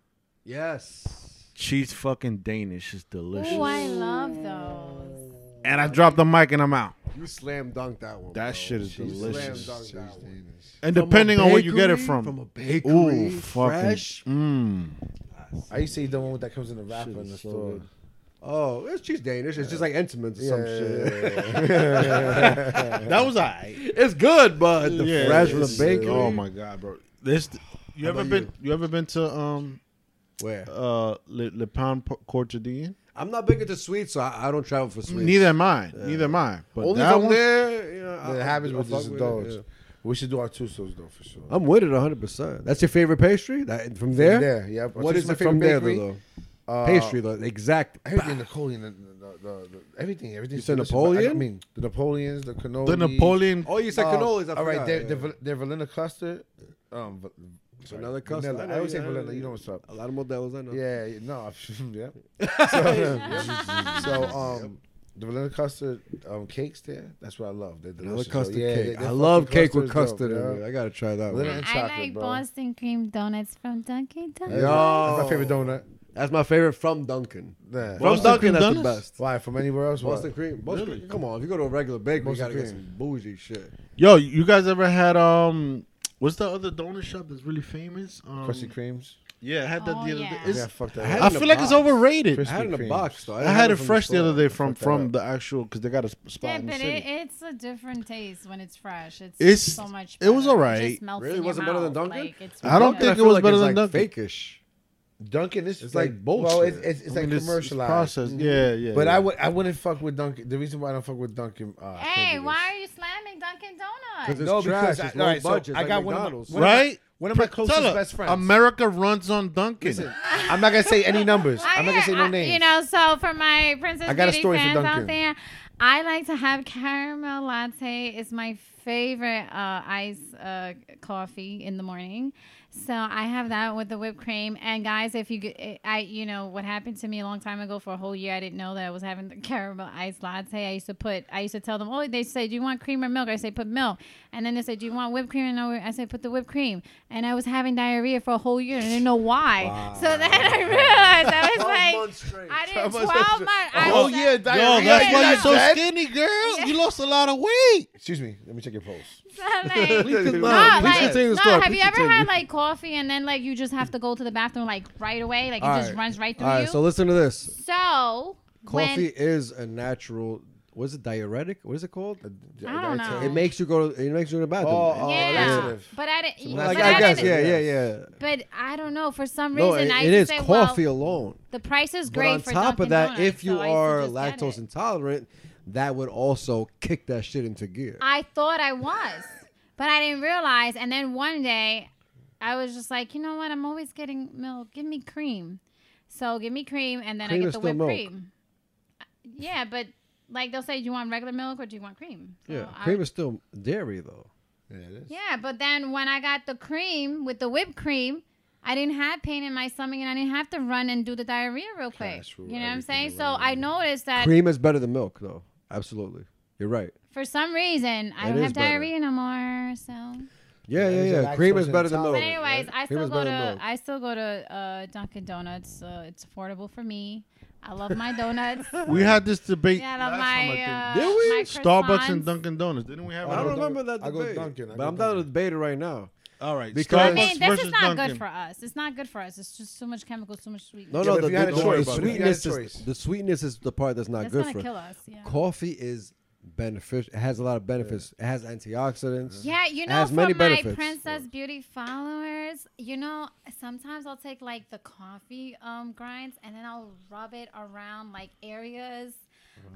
C: Yes.
D: Cheese fucking Danish is delicious.
E: Oh, I love those.
D: and I dropped the mic and I'm out.
C: You slam dunked that one.
D: That
C: bro.
D: shit is
C: You
D: delicious.
C: Slam dunked that one.
D: And
C: From a
D: depending on where you get it
C: bakery,
D: from.
C: from a bakery,
D: Ooh, fucking,
C: fresh.
D: Mm.
B: I used to eat the one that comes in the wrapper
D: Shit
B: in
D: is
B: the
D: so
B: store.
D: good.
C: Oh, it's cheese Danish. It's just like Entenmann's or some shit.
B: <laughs>
D: That was alright.
C: It's good, but the
D: Yeah,
C: fresh from
D: it's-
C: the bakery.
D: Oh my god, bro. This you ever
C: about
D: been you? ever been to um
C: Where?
D: uh Le, Le Pound P- Cortadine?
C: I'm not big into sweets, so I, I don't travel for sweets.
D: Neither am I. Neither am I. But
C: Only
D: that
C: from
D: one,
C: there. You know, I-
B: It happens
C: I
B: with
C: fuck
B: this
C: it,
B: dogs.
C: yeah.
B: We should do our two souls though for sure.
C: I'm with it 100. percent That's your favorite pastry? That from there?
B: There, yep.
C: What
B: Just
C: is
B: my
C: it from
B: favorite
C: there
B: bakery.
C: though?
B: Uh,
C: pastry though, exact.
B: Everything Napoleon, the, the, the, the, everything, everything.
C: You said
B: delicious, but I
C: Napoleon?
B: mean, the Napoleons, the cannoli.
D: the Napoleon
C: Oh, you said
B: um,
C: cannolis. I
B: all right,
C: forgot,
B: their,
C: yeah.
B: their, val- their vanilla cluster. Um, va- sorry,
C: Vanilla cluster.
B: vanilla.
C: know,
B: I always say
C: yeah,
B: vanilla.
C: yeah.
B: You know what's up?
C: A lot of models, I know.
B: Yeah, <laughs> yeah, no,
C: <laughs>
B: yeah. <laughs> so, so um, the vanilla custard um, cakes there, that's what I love. They're
C: Vanilla
B: delicious. So,
C: custard
B: yeah, they-
C: cake.
B: they're
C: I love
B: fucking
C: cake with
B: custards,
C: custard
B: yo,
C: in it. I gotta try that
B: Little
C: one.
B: and
E: I
B: chocolate,
E: like
B: bro.
E: Boston cream donuts from Dunkin' Donuts.
C: Yeah.
B: That's
C: Yo.
B: my favorite donut.
C: That's my favorite from Dunkin'.
B: Yeah.
C: From
D: Boston
C: Dunkin',
D: cream
C: that's the
D: donuts?
C: best.
B: Why? From anywhere else?
C: Boston
B: Why?
C: cream. Boston cream. Come on, if you go to a regular bakery, you
B: Boston
C: gotta get
B: cream.
C: some bougie shit.
D: Yo, you guys ever had um what's the other donut shop that's really famous? Um,
B: Crusty creams.
D: Yeah, I had that
E: Oh,
D: the other
E: yeah.
D: day. It's-
B: yeah, fuck that.
C: I had
D: I
C: in a
D: feel like it's
C: box.
D: overrated.
B: Crispy
C: I had it in a
B: cream.
C: box though.
D: I had it fresh the
C: other day.
D: other day from
B: Fuck that
D: from
B: up.
D: the actual because they got a sp- spot
E: Yeah,
D: in the
E: but
D: city.
E: it, it's a different taste when it's fresh. It's,
D: It's-
E: so much.
D: it was
E: better.
D: alright.
E: just melts
C: Really?
E: in your
C: Wasn't better than
E: mouth.
C: Dunkin'?
E: Like, it's
D: I don't
E: really
D: think
E: good.
D: it was
C: like
D: better
C: it's
D: than
C: like
D: Dunkin'.
C: Fakish.
B: Dunkin' is
C: It's
B: like,
C: like
B: Well,
C: bullshit.
B: it's, it's, it's
D: I mean,
B: like commercialized. Mm.
D: processed.
E: Mm-hmm.
D: Yeah, yeah.
B: But I
D: yeah.
B: would I wouldn't fuck with Dunkin'. The reason why I don't fuck with Dunkin'. Uh, I can't
E: Hey,
B: do
E: why
B: this.
E: are you slamming Dunkin'
C: Because it's
E: Donuts?
B: No,
C: trash.
B: because I-
C: it's low
B: alright, so
C: budget.
B: I
C: It's
B: got
C: like
B: one of my-
C: McDonald's.
B: one of my-
D: right?
B: One of my
D: Pr-
B: closest
D: tell her,
B: best friends.
D: America runs on Dunkin'.
B: Listen, I'm not gonna say any numbers. I'm not gonna say no
E: I-
B: names.
E: You know, so for my Princess
B: I got a
E: Beauty
B: story for
E: fans out
B: Dunkin'.
E: there, I like to have caramel latte. It's my favorite uh, ice uh, coffee in the morning. So I have that with the whipped cream. And guys, if you get, I, you know, what happened to me a long time ago for a whole year, I didn't know that I was having the <laughs> caramel iced latte. I used to put, I used to tell them, oh, they say, do you want cream or milk? I say, put milk. And then they say, do you want whipped cream? And I would- I say, put the whipped cream. And I was having diarrhea for a whole year and I didn't know why. So then I realized I
C: <laughs>
E: was like, I didn't. Twelve months. I
B: Oh
E: was
B: yeah,
E: <laughs> like-
D: Yo,
B: diarrhea.
D: that's why you're so
B: That-
D: skinny, girl. You lost a lot of weight.
B: Excuse me. Let me check your pulse.
E: I'm
C: <laughs>
E: like, no,
C: Please
E: like,
C: continue the
E: no,
C: story.
E: Have
C: Please
E: you ever
C: continue.
E: had like coffee and then like you just have to go to the bathroom like right away? Like it
C: All
E: just
C: right.
E: runs right
C: All
E: through
C: right,
E: you.
C: so listen to this.
E: So,
C: Coffee
E: when
C: is a natural. What is it? Diuretic? What is it called?
D: Uh,
E: I don't know.
C: It makes you go. To, it makes you go to the bathroom.
B: Oh,
E: yeah,
B: that's it.
E: but I didn't.
C: Like,
E: but
C: I guess.
E: didn't-
C: Yeah, yeah, yeah.
E: But I don't know. For some
C: No,
E: reason,
C: it-
E: I
C: it
E: used
C: is
E: to say,
C: coffee
E: well,
C: alone.
E: the price is
C: But
E: great.
C: on
E: for
C: top of
E: Dunkin'
C: that,
E: Donuts,
C: if you
E: so I used to
C: are
E: just get
C: lactose
E: it.
C: intolerant, that would also kick that shit into gear.
E: I thought I was, but I didn't realize. And then one day, I was just like, you know what? I'm always getting milk. Give me cream. So give me cream, and then
C: Cream is
E: I get the
C: still
E: whipped
C: milk.
E: cream. Yeah, but like they'll say, do you want regular milk or do you want cream? So
C: yeah,
E: I-
C: cream is still dairy though.
B: Yeah, it is.
E: yeah, but then when I got the cream with the whipped cream, I didn't have pain in my stomach, and I didn't have to run and do the diarrhea real quick.
B: Fast
E: You
B: food,
E: know what I'm
B: everything
E: saying? So I noticed that
C: Cream is better than milk though. Absolutely, you're right.
E: for some reason I
C: It
E: don't
C: is
E: have
C: better.
E: diarrhea no more. So
C: Yeah, yeah,
B: Yeah, he's
C: yeah.
B: a lactose
C: Cream is better than milk.
E: But
B: intolerant,
E: anyways, I
C: Cream
E: still
C: is
E: go
C: better than
E: to
C: milk.
E: I still go to uh, Dunkin' Donuts. Uh, it's affordable for me. I love my
C: <laughs>
E: donuts.
D: <laughs> We had this debate
E: yeah, I
D: last
E: love
D: time,
E: my,
D: I
E: uh,
D: think.
C: Did we?
E: my
D: Starbucks and
E: croissants.
D: Dunkin' Donuts. Didn't we have
C: I
D: it?
C: don't
B: go
C: remember
B: Dunkin'.
C: that
B: I go
C: debate.
B: Dunkin', I
C: but
B: go
C: I'm down to
B: Dunkin'.
C: debate it right now.
D: All right.
C: Because-
E: I mean,
D: Starbucks
E: this
D: versus
E: is not
D: Dunkin'.
E: good for us. It's not good for us. It's just so much chemicals, so much sweet.
C: No,
B: Yeah,
C: no,
B: but
C: the,
B: if you had
C: the-
B: a
C: the
B: choice, but if you had a
C: sweetness
B: choice.
C: is the sweetness is the part that's not
E: That's
C: good
E: gonna
C: for
E: kill
C: us.
E: us. Yeah.
C: Coffee is beneficial. It has a lot of benefits. It has antioxidants.
E: Yeah, you
C: It
E: know,
C: has
E: for
C: many
E: my
C: benefits.
E: Princess Beauty followers, you know, sometimes I'll take like the coffee um grinds and then I'll rub it around like areas.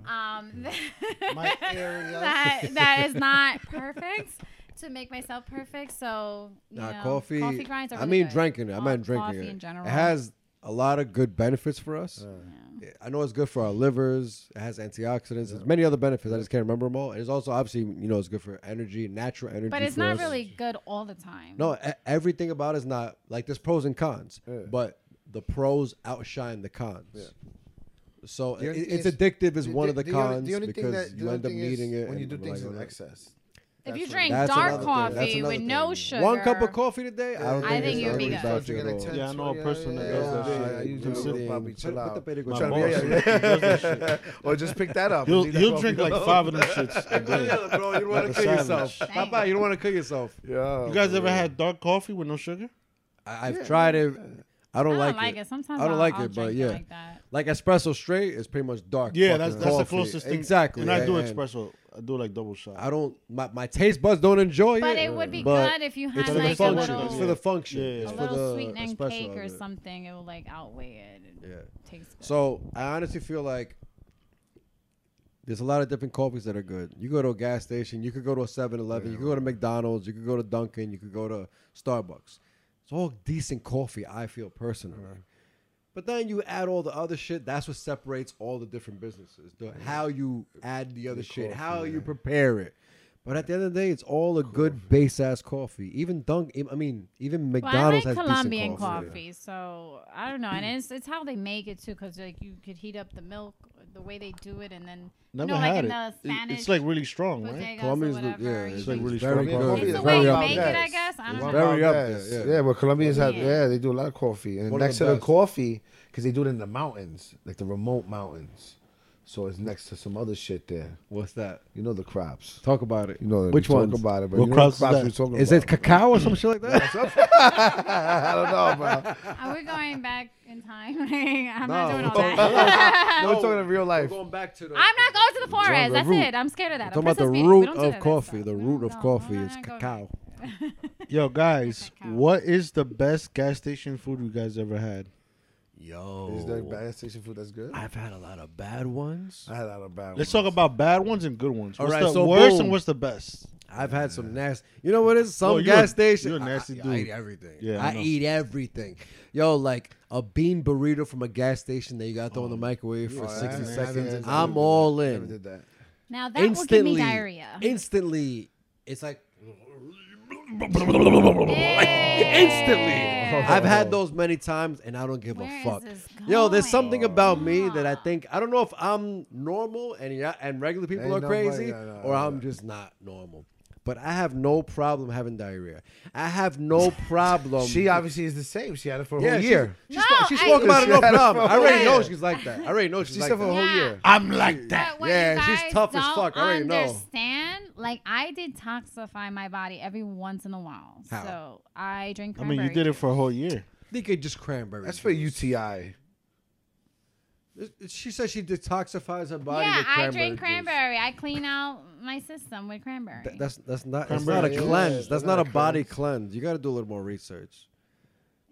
C: Uh-huh.
E: Um,
C: Hmm.
E: <laughs>
D: My areas.
E: that that is not perfect to make myself perfect. So you
C: Nah,
E: know,
C: coffee.
E: coffee grinds. Are
C: I
E: really
C: mean,
E: good.
C: drinking it. I
E: Co-
C: mean, drinking
E: coffee
C: it.
E: in general.
C: It has a lot of good benefits for us. I know it's good for our livers. It has antioxidants. There's many other benefits. I just can't remember them all. And it's also obviously you know it's good for energy, natural energy.
E: but it's
C: for
E: not
C: us.
E: really good all the time.
C: No, e- everything about it is not like there's pros and cons, but the pros outshine the cons. So
B: The
C: it,
B: only thing
C: it's
B: is-
C: addictive is
B: the-
C: one of the,
B: the only- the
C: cons
B: only thing
C: because
B: that- the
C: you
B: only
C: end up
B: thing is
C: needing it
B: when you
C: and
B: do
C: like,
B: things in
C: whatever.
B: excess.
E: if you
B: That's what-
E: drink
C: That's
E: dark
C: another thing. That's
E: coffee
C: another
E: with no
C: thing.
E: sugar,
C: One cup of coffee today, I don't
E: I
C: think,
E: think
C: it's-
E: you'll be
C: think it's
E: good.
C: bad for you at all.
D: Yeah, I know a person that does that shit.
B: I used
D: Yeah.
B: to
C: Yeah.
B: do Bobby,
C: Put-
B: chill
C: put the
B: out.
C: beta
B: We're
C: glucan-
B: trying
D: My
B: to be-
D: boss
B: yeah, yeah.
D: does <laughs> that
B: Or just pick that up.
D: He'll,
B: Leave that
D: he'll
B: coffee
D: drink like
B: alone.
D: five of them shits a <laughs> day.
C: Yeah, bro, you don't want
D: Like
C: to
D: a
C: kill
D: sandwich.
C: yourself.
E: Dang.
C: Papa, you don't want to kill yourself.
B: Yeah,
D: You guys
B: bro.
D: ever had dark coffee with no sugar?
C: I, I've tried it. I
E: I
C: don't,
E: don't
C: like, it.
E: Sometimes
C: I don't
E: I'll-
C: like
E: I'll
C: it, but
E: drink
C: yeah,
E: like that.
C: like espresso straight is pretty much dark.
D: Yeah,
C: fucking
D: that's that's the
C: coffee.
D: closest thing.
C: Exactly,
D: And I do
C: and-
D: espresso. I do like double shot.
C: I don't. My, my taste buds don't enjoy it.
E: But it would be
C: but
E: good if you had
C: It's for
D: kinda
E: like
C: the
E: a
D: a
C: function.
E: little,
C: It's for the function.
D: Yeah, yeah,
C: It's
E: a
D: yeah.
C: for
E: little
C: the
E: sweetening
C: espresso
E: cake
C: of
E: or
C: it.
E: something. It will like outweigh it. It
C: Yeah.
E: tastes good.
C: So I honestly feel like there's a lot of different coffees that are good. You go to a gas station. You could go to a 7-Eleven. You could go to McDonald's. You could go to Dunkin'. You could go to Starbucks. It's all decent coffee. I feel personally. But then you add all the other shit. That's what separates all the different businesses. The, How you add the other shit, how you prepare it. But at the end of the day, it's all a good base ass coffee. Even Dunk, I mean, even
E: Well, I like
C: McDonald's has
E: Colombian
C: decent coffee.
E: coffee, so I don't know, and it's it's how they make it too, because like you could heat up the milk the way they do it, and then
D: Never
E: you know,
D: had
E: like in
D: it.
E: the
D: It-
E: Spanish
D: It's like really strong, right?
E: bodegas
C: Colombian's
E: or
C: the-
E: whatever.
C: yeah,
E: you
D: It's like
E: can-
D: really
C: very
D: strong.
C: good.
D: coffee.
E: it's the
B: It's
E: way
B: very
E: you
B: up
E: make it,
B: there.
E: I guess. I don't
B: Wow.
E: know.
C: Very up
B: Yes.
C: there, yeah.
B: Yeah, well, Colombians have.
E: Yeah.
B: Yeah, they do a lot of coffee, and
C: One of
B: next
C: the
B: to the
C: best.
B: coffee, because they do it in the mountains, like the remote mountains. So it's next to some other shit there.
C: What's that?
B: You know the crops.
C: Talk about it.
B: You know that
C: which
B: we
C: one?
B: Talk about it, but
D: What
B: you know
D: crops is
B: the crops
D: that?
B: we're talking
C: Is
B: about. <laughs>
C: it cacao or some shit like <laughs> that?
B: I don't know,
C: <laughs>
B: bro.
E: Are we going back in time? <laughs> Like, I'm not
C: No.
E: doing
C: <laughs>
E: all that.
B: No, we're talking in real life.
C: back to the.
E: I'm not going to the forest.
C: the
E: That's
C: root.
E: it. I'm scared of that.
C: talking
E: I'm
C: about the
E: Princess Beauty. We
C: root
E: don't do that
C: of
E: stuff.
C: coffee. The
E: We
C: root
E: don't
C: of
E: go-
C: coffee
E: we're
C: is
E: not going
C: cacao.
D: Yo, guys,
E: Cacao.
D: what is the best gas station food you guys ever had?
B: Is there
C: Yo,
B: bad station food that's good?
C: I've had a lot of bad ones.
B: I had a lot of bad.
D: Let's
B: ones.
D: talk about bad ones and good ones.
C: All
D: What's
C: right,
D: the
C: so
D: worst
C: boom.
D: and what's the best?
C: I've had some nasty. You know what it is? Some
D: Yo, you
C: gas
D: a-
C: station.
D: you a nasty
C: I, I, I
D: dude.
C: eat everything.
D: Yeah, I
C: I,
D: know.
C: eat everything. Yo, like a bean burrito from a gas station that you got to throw in the microwave for
B: Oh, I
C: 60
B: haven't- I haven't
C: seconds.
B: did that.
C: I'm all
B: Never
C: in.
B: did that.
E: Now that will give me diarrhea.
C: Instantly. It's like Oh. <laughs>
E: Instantly.
B: <laughs>
C: I've had those many times and I don't give
E: Where
C: a
E: is
C: fuck.
E: this
C: Yo, there's
E: going?
C: something about me that
E: <sighs>
C: I think I don't know if I'm normal and yeah, and regular people
B: Ain't
C: are
B: nobody-
C: crazy
B: no, no,
C: or
B: no.
C: I'm just not normal. But I have no problem having diarrhea. I have no problem.
B: <laughs> She obviously is the same. She had it for a
C: yeah,
B: whole
C: she's-
B: year.
C: She's,
E: No,
C: spo- she's
E: I-
C: spoken about it
B: She
C: no
B: had it
C: problem.
B: for
C: I
B: a
C: already know
B: year.
C: she's like that. I already know she's
B: She
C: like
B: said for a
C: that.
B: whole
E: Yeah.
B: year.
D: I'm like that.
E: But what
C: Yeah,
E: you
C: she's
E: guys
C: tough as
E: don't
C: fuck. I already know.
E: understand. Like I detoxify my body every once in a while,
C: How?
E: so I drink.
D: I mean, you
E: cranberry
D: did it
E: juice.
D: for a whole year.
C: They could just cranberry.
B: That's for
C: juice.
B: UTI.
C: She says she detoxifies her body.
E: Yeah,
C: with
E: I
C: cranberry
E: drink
C: juice.
E: cranberry. I clean out my system with cranberry.
C: Th- That's that's not that's
D: Cranberry
C: not a
D: juice.
C: cleanse.
B: Yeah,
C: That's not a body cleanse. You got to do a little more research.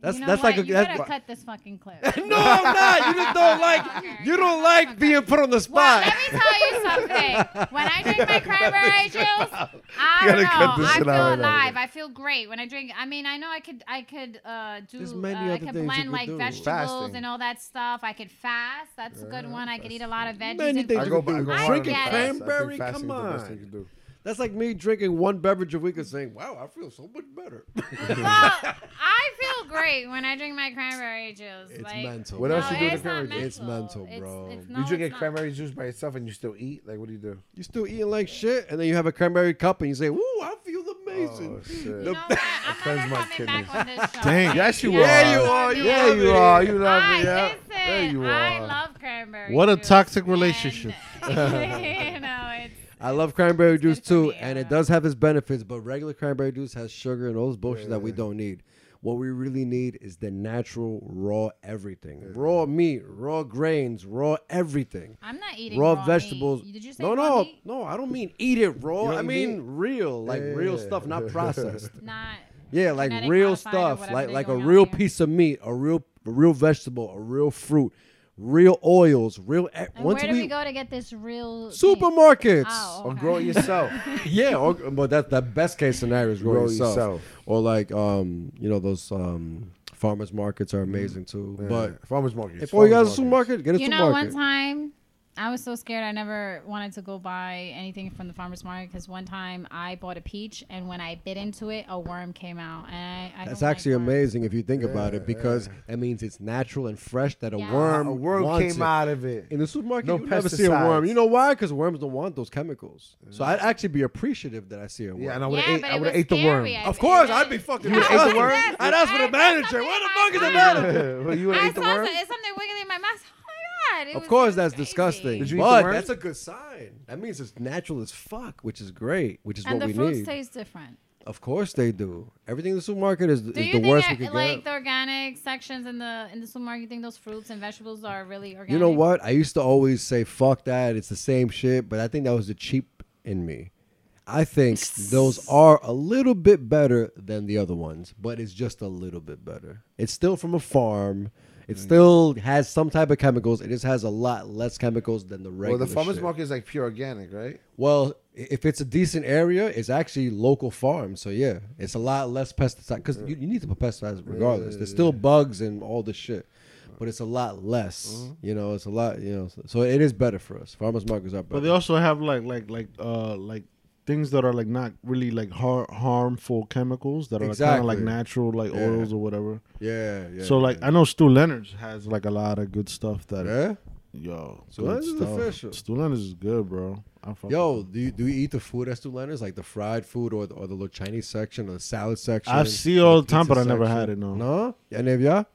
C: That's
E: you know
C: that's
E: what?
C: like a,
E: you
C: that's,
E: gotta cut this
C: <laughs>
E: fucking clip.
C: No, I'm not. You just
E: <laughs>
C: don't
E: Okay.
C: like you don't like being put on the
E: Well,
C: spot.
E: let me tell you something. When I
B: <laughs>
E: drink my cranberry juice, I
B: You
E: don't
B: gotta cut
E: know.
B: this
E: I
B: shit
E: feel
B: out right now.
E: alive. I feel great when I drink. I mean, I know I could, I could uh, do.
C: There's many
E: uh, I
C: other
E: could
C: things you
E: blend
C: could
E: like
C: do.
E: vegetables
B: Fasting.
E: and all that stuff. I could fast. That's a good one. I could eat a lot of veggies.
C: Many
E: and
C: things
E: fruit.
C: you could do.
E: I
C: Drinking
E: get it.
C: cranberry, come on. That's like me drinking one beverage a week and saying, "Wow, I feel so much better."
E: well, I feel great when I drink my cranberry juice.
C: It's
E: like,
C: mental.
B: What
E: no,
B: else you do with
E: it's not
B: cranberry
E: mental.
C: juice? It's mental, bro.
E: It's, it's, no,
B: You drink a
E: it's not.
B: cranberry juice by itself and you still eat? Like, what do you do?
C: You still eating like shit, and then you have a cranberry cup and you say, "Woo, I feel amazing."
B: Oh, shit.
E: You know what? I'm
B: <laughs> cleanse
E: never
B: my
E: coming back on this show. <laughs>
D: Dang.
B: Yes, you
C: Yeah,
B: are.
C: you are. You
E: Yeah,
B: Yeah,
C: love
B: you
C: it.
B: are. You love
E: I,
B: me. Yeah.
E: listen,
B: There you
E: I
B: are.
E: love cranberry.
D: What a
E: juice.
D: toxic
E: And, <laughs>
D: relationship.
E: you know, it's
C: I love cranberry juice
E: good for
C: too,
E: the
C: and it
E: air.
C: does have its benefits, but regular cranberry juice has sugar and all those bullshit that we don't need. What we really need is the natural, raw everything. Raw meat, raw grains, raw everything.
E: I'm not eating
C: Raw,
E: meat.
C: vegetables.
E: You- Did you say
C: no,
E: raw
C: no,
E: meat?
C: no. I don't mean eat it raw. I
B: eat
C: mean real, like
B: Yeah,
C: real
B: yeah,
C: stuff,
B: <laughs> yeah.
C: not processed.
E: Not.
C: Yeah, like
E: genetic
C: real
E: modified or
C: stuff,
E: whatever
C: like
E: they're
C: like a
E: doing out
C: real
E: there.
C: piece of meat, a real a real vegetable, a real fruit, real oils, real. e-
E: And where do we, go to get this real? thing?
C: supermarkets.
E: Oh,
B: Or
E: okay.
B: grow it
E: <laughs>
B: yourself.
C: yeah, or, but that's the best case scenario is grow,
B: Grow
C: yourself.
B: yourself.
C: Or like um, you know those um farmers markets are amazing too. But
B: farmers market.
C: if all you got is a
B: Mm. farmers market.
C: supermarket, get a
E: You know,
C: supermarket.
E: one time I was so scared I never wanted to go buy anything from the farmer's market because one time I bought a peach and when I bit into it, a worm came out. And I, I
C: that's
E: don't like
C: actually
E: worms.
C: amazing if you think about it because that means it's natural and fresh that a
E: Yeah.
C: worm
B: A worm
C: wants
B: came
C: it.
B: out of it.
C: In the supermarket,
B: No
C: you never see a worm.
B: pesticides.
C: You know why? Because worms don't want those chemicals. So I'd actually be appreciative that I see a worm.
B: Yeah, and I would
E: Yeah,
B: have ate, I
E: but it
B: would
E: was
B: have ate the worm.
E: scary. I-
C: Of course,
E: it-
C: I'd be fucking.
E: Yeah, I
C: disgusted.
E: was like,
C: I'd ask for
E: I
C: the
E: saw
C: manager.
E: something
C: What the
E: in
C: fuck is
E: my
C: the
E: mouth.
C: matter?
B: <laughs> Well, you would
E: I
B: have ate the
E: saw
B: worm.
E: so- something wiggling in my mouth. Oh my god! it
C: Of
E: was-
C: course,
E: it
C: that's
E: was
C: disgusting.
B: Did
E: crazy.
B: you eat the
C: but
B: worm?
C: that's a good sign. That means it's natural as fuck, which is great, which is what
E: And the
C: we
E: fruits
C: need.
E: taste different.
C: of course, they do. Everything in the supermarket is, is
E: Do
C: the
E: you think
C: worst we
E: that,
C: could
E: like
C: get.
E: the organic sections in the in the supermarket? You think those fruits and vegetables are really organic?
C: you know what? I used to always say, "Fuck that," it's the same shit. But I think that was the cheap in me. I think
E: <laughs>
C: those are a little bit better than the other ones, but it's just a little bit better. It's still from a farm. It still has some type of chemicals. It just has a lot less chemicals than the
B: Well,
C: regular.
B: the farmers
C: shit.
B: market is like pure organic, right?
C: Well, i- if it's a decent area, it's actually local farms. So yeah, it's a lot less pesticide because you, you need to put pesticides regardless. There's still bugs and all this shit, but it's a lot less.
D: Mm-hmm.
C: You know, it's a lot. You know, so, so it is better for us. Farmers markets are better.
D: But they also have like like like uh like things that are like not really like har- harmful chemicals that are kind of like
C: Exactly.
D: natural like
C: Yeah.
D: oils or whatever.
C: yeah, yeah.
D: so like uh, I know Stu Leonard's has like a lot of good stuff that
C: yeah.
D: yo.
C: Stu
D: good
C: Leonard's is
D: stuff.
C: official.
D: Stu Leonard's is good, bro. I fuck
C: Yo,
D: with him.
C: do you, do you eat the food at Stu Leonard's, like the fried food or the, or the little Chinese section or the salad section?
D: I see it all the time,
C: pizza
D: but I never
C: section?
D: had it, no.
C: No, any of y'all?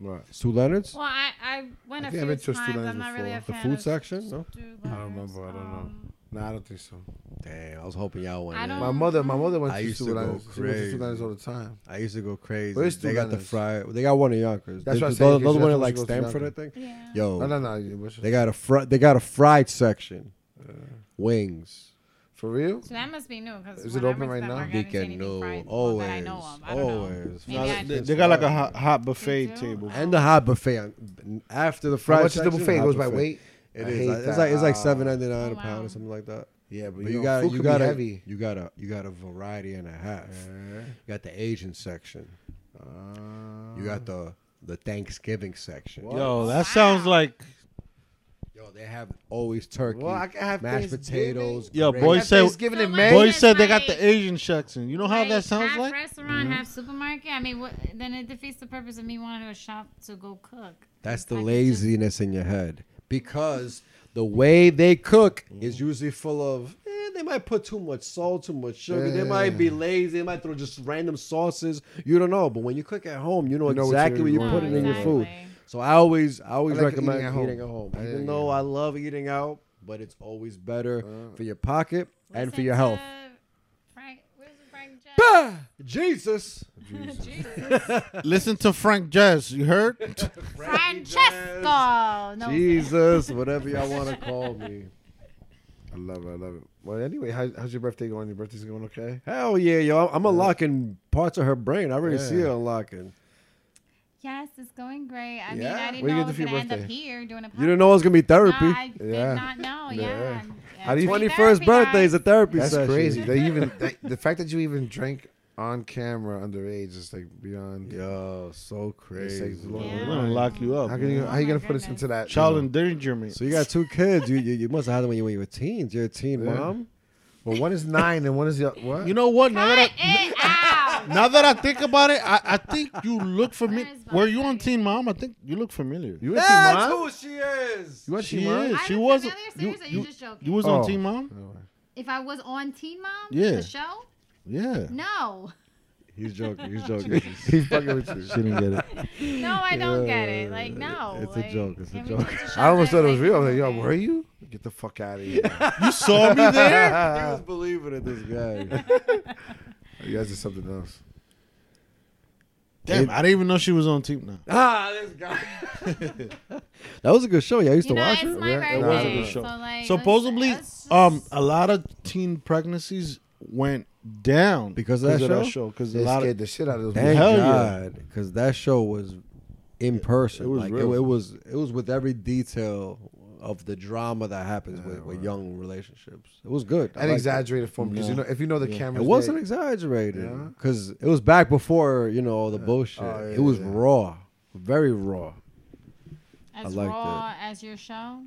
B: Right.
C: Stu Leonard's,
E: Well, I, I went
B: I
E: a
B: think
E: few
B: I've been to
E: times.
B: Stu Leonard's
E: I'm not really a
C: the
E: fan
C: food
E: of
C: section. No,
B: I
E: Stu
B: don't
E: Leonard's,
B: remember. I don't know.
E: um,
B: Nah, I don't think so.
C: damn, I was hoping y'all went.
E: I
C: in.
E: don't-
B: My mother, my mother went
C: I
B: to
C: used to
B: Stu
C: go
B: Leonard's. She went to
C: crazy.
B: Stu Leonard's all the time.
C: I used to go crazy.
B: Where's
C: they got the
B: Tulana's?
C: fry. They got one in Yonkers.
B: That's
C: They-
B: what I
C: the-
B: said,
C: The other
B: because
C: one
B: that's
C: in
B: what
C: like
B: you go to
C: Stanford, I
B: Yonkers.
C: think.
E: Yeah.
C: Yo,
B: No, no, no. you- what's-
C: they got a fr- They got a fried section. Wings.
B: For real?
E: So that must be new because
B: Is it open right now?
E: They
C: Vegan, no,
E: that I know
C: always,
E: of. I don't
C: always.
E: Know.
D: No,
E: Maybe
C: Not-
E: I,
D: they,
C: just
D: they got like a
C: had
D: hot, hot
E: They
D: buffet
E: do?
D: table.
C: And the hot buffet on- after the fried.
B: How much is the
C: section,
B: buffet? It
C: hot
B: goes by
C: buffet.
B: weight.
C: It
B: I
C: is.
B: hate
C: Like, it's
B: that.
C: like it's like
B: Ah.
C: seven ninety nine a pound
E: Oh, Wow.
C: or something like that.
B: Yeah, but,
C: But
B: you,
C: you
B: know,
C: got
B: food
C: you
B: could
C: got
B: be
C: a,
B: heavy.
C: you got a you got a variety and a half. You got the Asian section. You got
B: Uh-huh.
C: the the Thanksgiving section.
D: Yo, that
E: Wow.
D: sounds like
C: Yo, they have always turkey,
B: Well, I can have
C: mashed
B: Thanksgiving.
C: potatoes.
D: Yo,
C: gravy.
D: boy
B: Got
D: said-
B: Thanksgiving
E: So
B: in
E: what
B: May.
D: boy
E: is
D: said they got
E: like-
D: the Asian section. You know how that sounds
E: half
D: like?
C: Mm-hmm.
E: restaurant, half supermarket. I mean, what, then it defeats the purpose of me wanting to shop to go cook.
C: That's the
E: I could
C: laziness in your head because the way they cook
B: Mm.
C: is usually full of. eh, they might put too much salt, too much sugar.
B: Eh.
C: They might be lazy. They might throw just random sauces. You don't know. But when you cook at home, you know,
B: You know what
C: exactly
B: you're
C: what you're
B: gonna
C: putting in your
E: want.
C: food.
E: Exactly.
C: So I always, I always
B: I like
C: recommend
B: eating
C: eating
B: at
C: at
B: home.
C: home.
B: I like
C: Even
B: eating
C: though
B: at
C: I love eating out, but it's always better
B: Uh.
C: for your pocket and for
E: Listen
C: your
E: to
C: health.
E: Frank, where's the Frank Jack?
C: Jesus.
E: Jesus.
D: Listen to Frank Jazz. You heard?
E: Francesco. No,
C: Jesus, whatever y'all want to
B: <laughs>
C: call me.
B: I love it. I love it. Well, anyway, how, how's your birthday going? Your birthday's going okay?
C: Hell yeah, yo. I'm, I'm unlocking parts of her brain. I already see
B: Yeah.
C: her unlocking.
E: Yes, it's going great. I mean,
C: Yeah?
E: I didn't
B: What you
E: know
B: get
E: I was
B: for your
E: gonna end up
B: birthday?
E: here doing a podcast.
C: You didn't know it was going to be
E: No,
C: therapy.
E: I did
B: Yeah.
E: not know. Yeah.
B: Yeah.
E: yeah.
B: How do you-
E: Free
C: 21st
E: therapy,
C: birthday is a
E: guys.
C: therapy
B: That's
C: session.
B: crazy. They even that, the fact that you even drank on camera underage is like beyond.
C: Yo, so crazy.
B: It's like-
E: Yeah.
D: We're gonna lock you up.
B: How can you?
E: Oh
B: How you
E: my
B: gonna put us
E: goodness.
B: into that?
D: Child
B: you know?
D: endangerment.
C: So you got two kids. You, you you must have had them when you, when you were teens. You're a teen
B: Yeah.
C: mom.
B: Well, one is nine and one is the what?
D: You know what? Now that
E: Cut
D: I,
E: it <laughs> out.
D: now that I think about it, I, I think you look familiar.
E: That is
D: Were you on
E: bullshit.
D: Teen Mom? I think you look familiar.
B: you went to your mom?
C: who she is.
B: You went to
D: she
B: your mom?
D: is.
E: I'm
D: She
E: familiar,
D: was. You,
E: serious, or you
D: you,
E: just joking?
D: you was
B: Oh.
D: on Teen Mom.
B: No way.
E: If I was on Teen Mom,
D: Yeah.
E: the show,
D: Yeah.
E: no.
C: He's joking.
B: <laughs>
C: He's joking.
B: He's fucking with you.
D: She didn't get it.
E: No, I don't get it. Like, no.
C: It's a
E: like,
C: joke, it's a
E: give me
C: joke.
B: <laughs>
E: just a
B: I almost
E: shot
B: thought it
E: at
B: was real. I was like, yo,
E: okay.
B: were you? <laughs> Get the fuck out of here.
D: You saw me
B: <laughs>
D: there.
C: he was believing it, this guy.
E: <laughs>
B: you guys are something else.
D: Damn, I didn't even know she was on team now.
C: ah, this guy. <laughs> that was a good show. Yeah, I used
E: You
C: to
E: know,
C: watch
E: it's
C: it.
E: my
B: Yeah, it was
E: birthday.
B: a good
D: show.
E: So, like,
D: Supposedly,
E: let's- let's just-
D: um, a lot of teen pregnancies went down
C: Because of that show?
D: Because a
B: They
D: lot
B: scared
D: of
B: the shit out of those
C: Thank
D: Hell
B: motherfuckers.
D: yeah.
C: God, because that show was in person.
D: It was
C: like
D: real.
C: It, it was it was with every detail of the drama that happens with, with young relationships. It was good. I
B: An
C: liked it.
B: exaggerated form because you know if you know the
C: It
B: cameras,
C: wasn't
B: there- <laughs>
C: exaggerated
B: Yeah.
C: because it was back before you know all the bullshit.
B: Oh, yeah,
C: it was
B: yeah.
C: raw, very raw.
E: as
C: liked
E: raw as your show.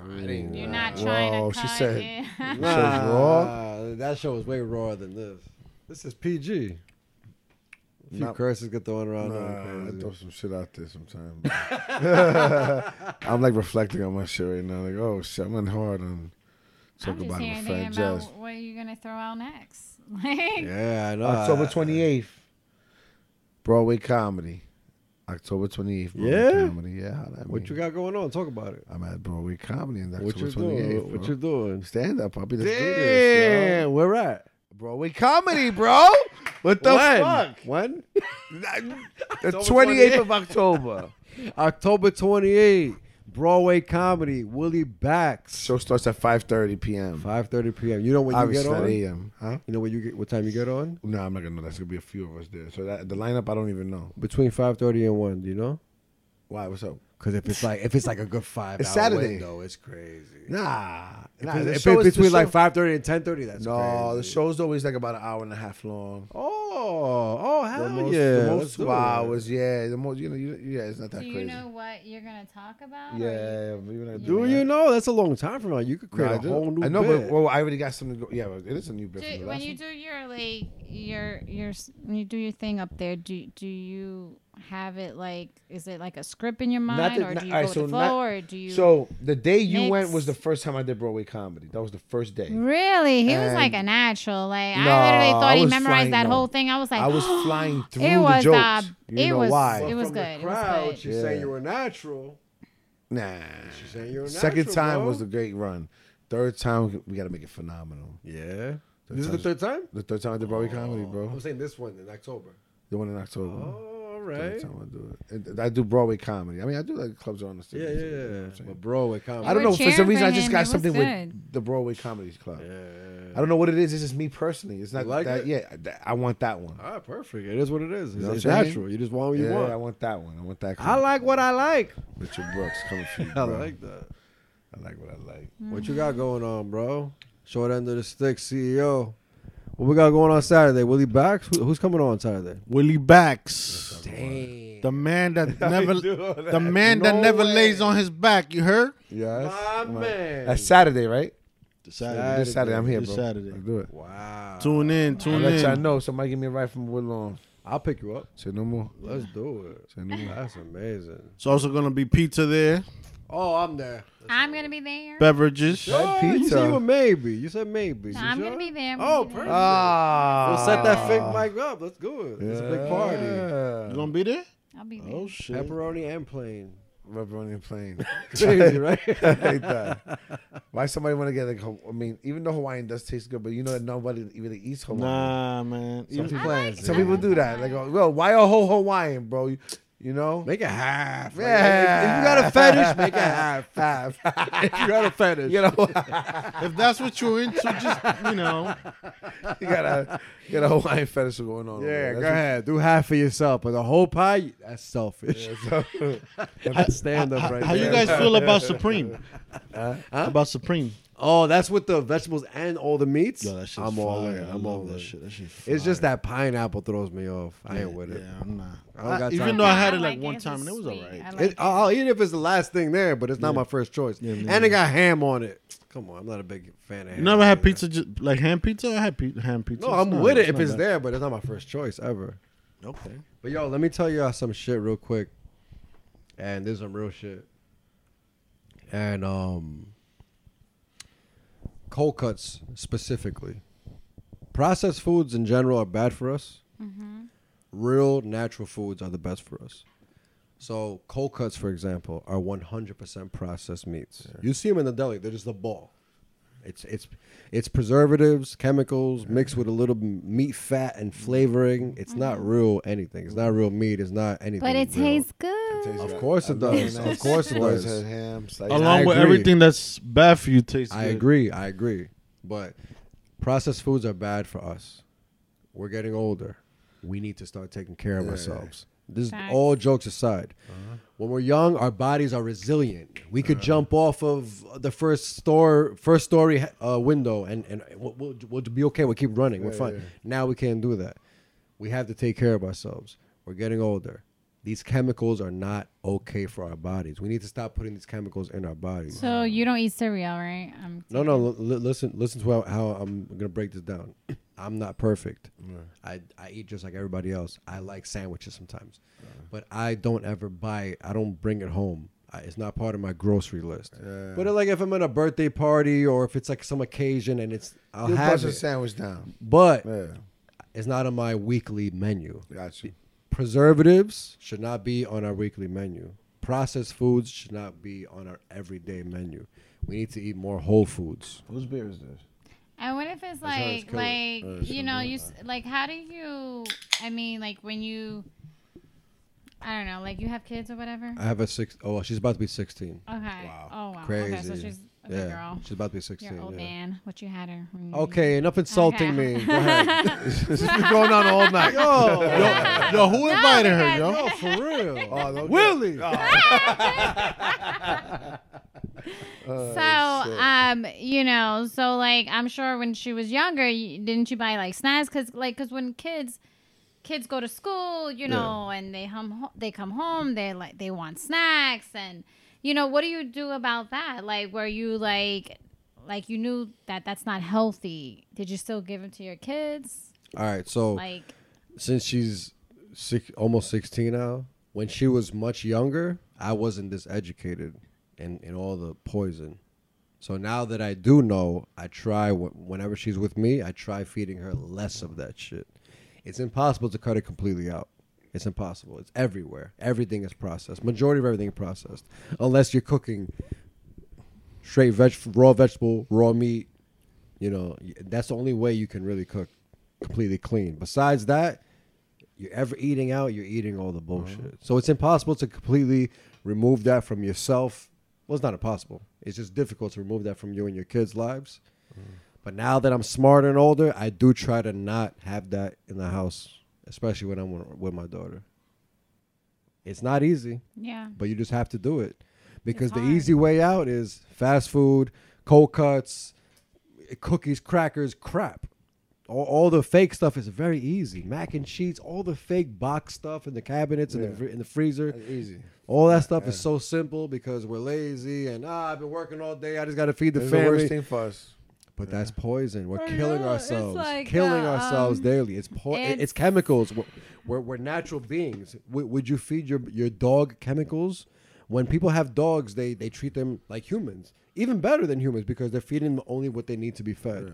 B: I didn't-
E: You're not trying
B: Whoa,
E: to cut
B: she said. <laughs>
E: it.
B: Show's raw?
C: Nah, That show was way raw than this. This is PG. A few
B: Not-
C: curses get thrown around.
B: Nah, I
C: crazy.
B: throw some shit out there sometimes.
C: <laughs>
B: <laughs> I'm like reflecting on my shit right now. Like, oh shit, I'm in hard on
E: I'm
B: talking
E: just
B: about
E: here
B: my
E: thinking
B: friend
E: about
B: Jazz.
E: what you're gonna throw out next. <laughs> Like,
C: yeah, I know.
B: October
C: I-
B: 28th, Broadway comedy. October 28th, Broadway
C: Yeah?
B: comedy. Yeah, how that
C: What you got going on? Talk about it.
B: I'm at Broadway comedy in
C: What
B: October
C: you doing?
B: 28th.
C: What
B: What
C: you doing?
B: Stand up, puppy. Let's do this,
C: Damn,
B: yo.
C: where at?
B: Broadway comedy, bro. <laughs> What the
C: when?
B: fuck?
C: When? <laughs>
B: The
C: October
B: 28th of October.
C: October 28th, Broadway comedy, Willie Bax,
B: Show starts at 5:30 p.m.
C: 5:30 p.m. You know when you get
B: Obviously,
C: on?
B: not a.m. Huh?
C: You know when you get what time you get on?
B: No, I'm not gonna know. That's gonna be a few of us there. So that the lineup, I don't even know.
C: Between 5:30 and 1, do you know?
B: Why? What's up?
C: Cuz if it's like if it's like a good 5
B: It's
C: hour
B: Saturday.
C: window, it's crazy.
B: Nah, nah.
C: If
B: the
C: it's
B: show is- the
C: between like
B: show-
C: 5:30 and 10:30, that's
B: No, the
C: crazy.
B: show's always like about an hour and a half long.
C: Oh, oh hell
B: the most,
C: yeah.
B: the
C: let's
B: most
C: do
B: two
C: it.
B: hours. Yeah, the most. You know, you, yeah, it's not that
E: do you
B: crazy.
E: know what you're gonna talk about? or you-
B: yeah, we're not
C: Do
B: that.
C: you know that's a long time from now. You could
B: No,
C: create
B: I
C: a
B: do.
C: whole new
B: I know,
C: bit.
B: but well, I already got something. To go, yeah, but it is a new bit. from the
E: Do, when
B: last
E: you
B: one.
E: do your like your your s- when you do your thing up there, do do you have it like is it like a script in your mind
B: Not that-
E: or
B: not-
E: do you
B: all right,
E: go with
B: so
E: the flow
B: not-
E: or do you?
B: so the day you went
E: mix-
B: was the first time I did Broadway comedy. That was the first day.
E: Really, he was like a
B: And-
E: natural. Like
B: No,
E: I literally thought
B: I
E: he
B: was
E: memorized
B: flying,
E: that
B: no.
E: whole thing. I was like,
B: I
E: <gasps>
B: was flying through
E: it
B: the
E: was
B: jokes.
E: uh,
B: you
E: it
B: know
E: was
B: why?
E: it was
C: from
E: good.
C: The crowd,
E: it was good.
C: she's saying
B: Yeah.
C: you were natural.
B: Nah.
C: She's saying you were natural.
B: Second time
C: bro.
B: was the great run. Third time we got to make it phenomenal.
C: yeah.
B: Third
C: this is the
B: time's-
C: third time.
B: The third time Oh, I did Broadway comedy, bro.
C: I'm saying this one in October.
B: The one in October.
C: Oh, all
B: Third
C: right.
B: time I do it. And th- I do Broadway comedy. I mean, I do like clubs around the city.
C: Yeah,
B: so,
C: yeah,
B: you know what
C: yeah.
B: I'm saying?
C: But bro, it comes.
B: I don't
E: were
B: know. For some
E: cheering
B: reason,
E: for
B: I just
E: him. It
B: got
E: was
B: something
E: good.
B: with the Broadway Comedy Club.
C: Yeah.
B: I don't know what it is. It's just me personally. It's not
C: You like
B: that.
C: it?
B: Yeah, th- I want that one.
C: All right, Ah, perfect. It is what it is. It's,
B: know what
C: it's
B: I'm saying?
C: natural. You just want what you
B: yeah, I
C: want.
B: want that one. I want that.
C: I
B: comedy.
C: like what I like.
B: Richard Brooks coming for
C: <laughs>
B: you.
C: I
B: Bro.
C: like that.
B: I like what I like.
C: What you got going on, bro? Short end of the stick, CEO. What we got going on Saturday? Willie Bax? Who, who's coming on Saturday?
D: Willie Bax,
C: Damn.
D: the man that never,
C: doing
D: the man that
C: No
D: never
C: way.
D: lays on his back. You heard?
B: Yes.
C: My man.
B: That's Saturday, right?
D: Saturday.
B: This Saturday, I'm here,
D: This
B: bro.
D: Saturday.
B: Let's do it.
C: Wow.
D: Tune in, tune
B: I'll
D: in.
B: let y'all know. Somebody give me a ride from Woodlawn.
C: I'll pick you up.
B: Say no more.
C: Let's do it.
B: Say no more.
C: That's amazing.
D: It's also gonna be pizza there,
C: Oh, I'm there.
E: I'm gonna be there.
D: beverages.
C: Oh, You
B: pizza.
C: said you were maybe. You said maybe.
E: No,
C: You
E: I'm
C: sure?
E: gonna be there. I'm
C: Oh,
E: gonna be there.
C: perfect.
B: Ah.
C: We'll set that fake mic up. Let's do it. It's a big party.
D: You gonna be there?
E: I'll be there.
D: Oh shit!
C: Pepperoni and <laughs> plain.
B: Pepperoni and plain.
C: Crazy, right?
B: <laughs> I
C: <laughs>
B: hate that. Why somebody want to get like? Haw- I mean, even though Hawaiian does taste good, but you know that nobody really eats Hawaiian.
D: Nah, man.
B: Some
D: Even-
B: people,
E: I like-
B: some
E: I
B: people
E: like
B: do that. Like, oh, well, why a whole Hawaiian, bro? You, you know?
C: Make it half. Like,
B: Yeah.
C: if you got a fetish, make it half.
B: <laughs> Half.
C: If you got a fetish,
B: you know,
D: if that's what you're into, just you know,
B: you got a you got a Hawaiian fetish going
D: Oh,
B: on. over
C: yeah,
B: there.
C: go
B: That's
C: ahead. Do half for yourself, but the whole pie, that's selfish.
B: what-
C: <laughs>
B: so-
C: That's stand up right
D: how you
C: there.
D: guys
C: <laughs>
D: feel about Supreme? About Supreme?
C: Oh, that's with the vegetables and all the meats.
D: Yo, that shit's
C: I'm all
D: fire.
C: in.
D: I
C: I'm
D: love
C: all
D: that
C: in.
D: shit. That shit's
C: It's just
D: fire.
C: that pineapple throws me off. I ain't with it.
D: Yeah, I'm not.
C: I don't got time
D: even
C: for
D: though I
C: that.
D: had it
E: I
D: like
E: like
D: one
E: it. It's
D: time and it was
E: sweet.
D: alright.
E: I like-
C: It, I'll I'll eat it if it's the last thing there, but it's not my first choice.
D: Yeah,
C: and
D: yeah.
C: it got ham on it. Come on, I'm not a big fan of ham.
D: You never had
C: either.
D: pizza, just, like ham pizza? I had pe- ham pizza.
C: No,
D: It's
C: I'm
D: not-
C: with it
D: not
C: if it's
D: bad.
C: there, but it's not my first choice ever.
D: Okay.
C: But yo, let me tell y'all some shit real quick. And this is some real shit. And um cold cuts specifically. processed foods in general are bad for us.
E: Mm-hmm.
C: Real natural foods are the best for us. So cold cuts, for example, are 100% processed meats. You see them in the deli; they're just a ball. It's it's it's preservatives, chemicals mixed with a little m- meat fat and flavoring. It's not real anything. It's not real meat. It's not anything.
E: Mm-hmm. But it
C: real.
E: tastes good.
C: Of course it does. Of course it does.
D: Along with
C: agree.
D: everything that's bad for you, tastes
C: I
D: good. <laughs>
C: agree. I agree. But processed foods are bad for us. We're getting older. We need to start taking care of ourselves. This is
E: Facts.
C: all jokes aside. When we're young, our bodies are resilient. We could jump off of the first store, first story uh, window, and and we'll, we'll, we'll be okay. We'll keep running. we're fine. Now we can't do that. We have to take care of ourselves. We're getting older. These chemicals are not okay for our bodies. We need to stop putting these chemicals in our bodies.
E: So you don't eat cereal, right? Um,
C: No, no. L- li- listen, listen to how, how I'm gonna break this down. <coughs> I'm not perfect. I I eat just like everybody else. I like sandwiches sometimes, but I don't ever buy. it. I don't bring it home. I, it's not part of my grocery list. But uh, like if I'm at a birthday party or if it's like some occasion and it's I'll
B: You
C: have
B: bust a
C: it,
B: sandwich down.
C: but
B: Yeah,
C: it's not on my weekly menu.
B: got you.
C: Preservatives should not be on our weekly menu. Processed foods should not be on our everyday menu. We need to eat more whole foods.
B: Whose beer is this?
E: And what if it's
C: how it's
E: like,
C: coated.
E: like
B: Uh,
E: you
B: something
E: know,
B: like
E: you s like how do you? I mean, like when you, I don't know, like you have kids or whatever.
C: I have a six oh well, she's about to be 16.
E: Okay.
B: Wow.
E: Oh wow.
C: Uh, Crazy.
E: Okay, so she's a
C: yeah.
E: good girl.
C: She's about to be 16.
E: You're an old
C: yeah.
E: man. What you had her? when you-
C: Okay, enough insulting
E: Okay. <laughs>
C: me. Go ahead.
B: This has been going on all night.
C: yo,
D: Yo, who invited her,
E: because-
D: yo?
C: Oh, for <laughs> real.
B: Oh, don't-
C: Willie.
B: Oh,
E: So,
B: shit.
E: um, you know, so like I'm sure when she was younger, you, didn't you buy like snacks? Cause like, cause when kids, kids go to school, you know, and they hum, ho- they come home, they like they want snacks, and you know, what do you do about that? Like, were you like, like you knew that that's not healthy? Did you still give them to your kids?
C: All right, so
E: Like,
C: since she's six, almost 16 now, when she was much younger, I wasn't this educated in, in all the poison. So now that I do know, I try, wh- whenever she's with me, I try feeding her less of that shit. It's impossible to cut it completely out. It's impossible. It's everywhere. Everything is processed. Majority of everything is processed. Unless you're cooking straight veg, raw vegetable, raw meat. You know, y- that's the only way you can really cook completely clean. Besides that, you're ever eating out, you're eating all the bullshit. So it's impossible to completely remove that from yourself. Well, it's not impossible. It's just difficult to remove that from you and your kids' lives. But now that I'm smarter and older, I do try to not have that in the house, especially when I'm wi- with my daughter. It's not easy
E: yeah,
C: but you just have to do it because the
E: hard.
C: easy way out is fast food, cold cuts, cookies, crackers, crap. All, all the fake stuff is very easy. Mac and cheese, all the fake box stuff in the cabinets and
B: Yeah.
C: the fr- in the freezer.
B: That's easy.
C: All that stuff is so simple because we're lazy and ah, I've been working all day. I just got to feed the
B: It's the
C: family.
B: worst thing for us.
C: But that's poison. We're
E: I
C: killing
E: know, it's
C: ourselves.
E: like,
C: killing
E: uh,
C: ourselves
E: um,
C: daily. It's po- it- it's,
E: it's-
C: chemicals. We're, we're, we're natural beings. W- would you feed your your dog chemicals? When people have dogs, they they treat them like humans, even better than humans because they're feeding them only what they need to be fed.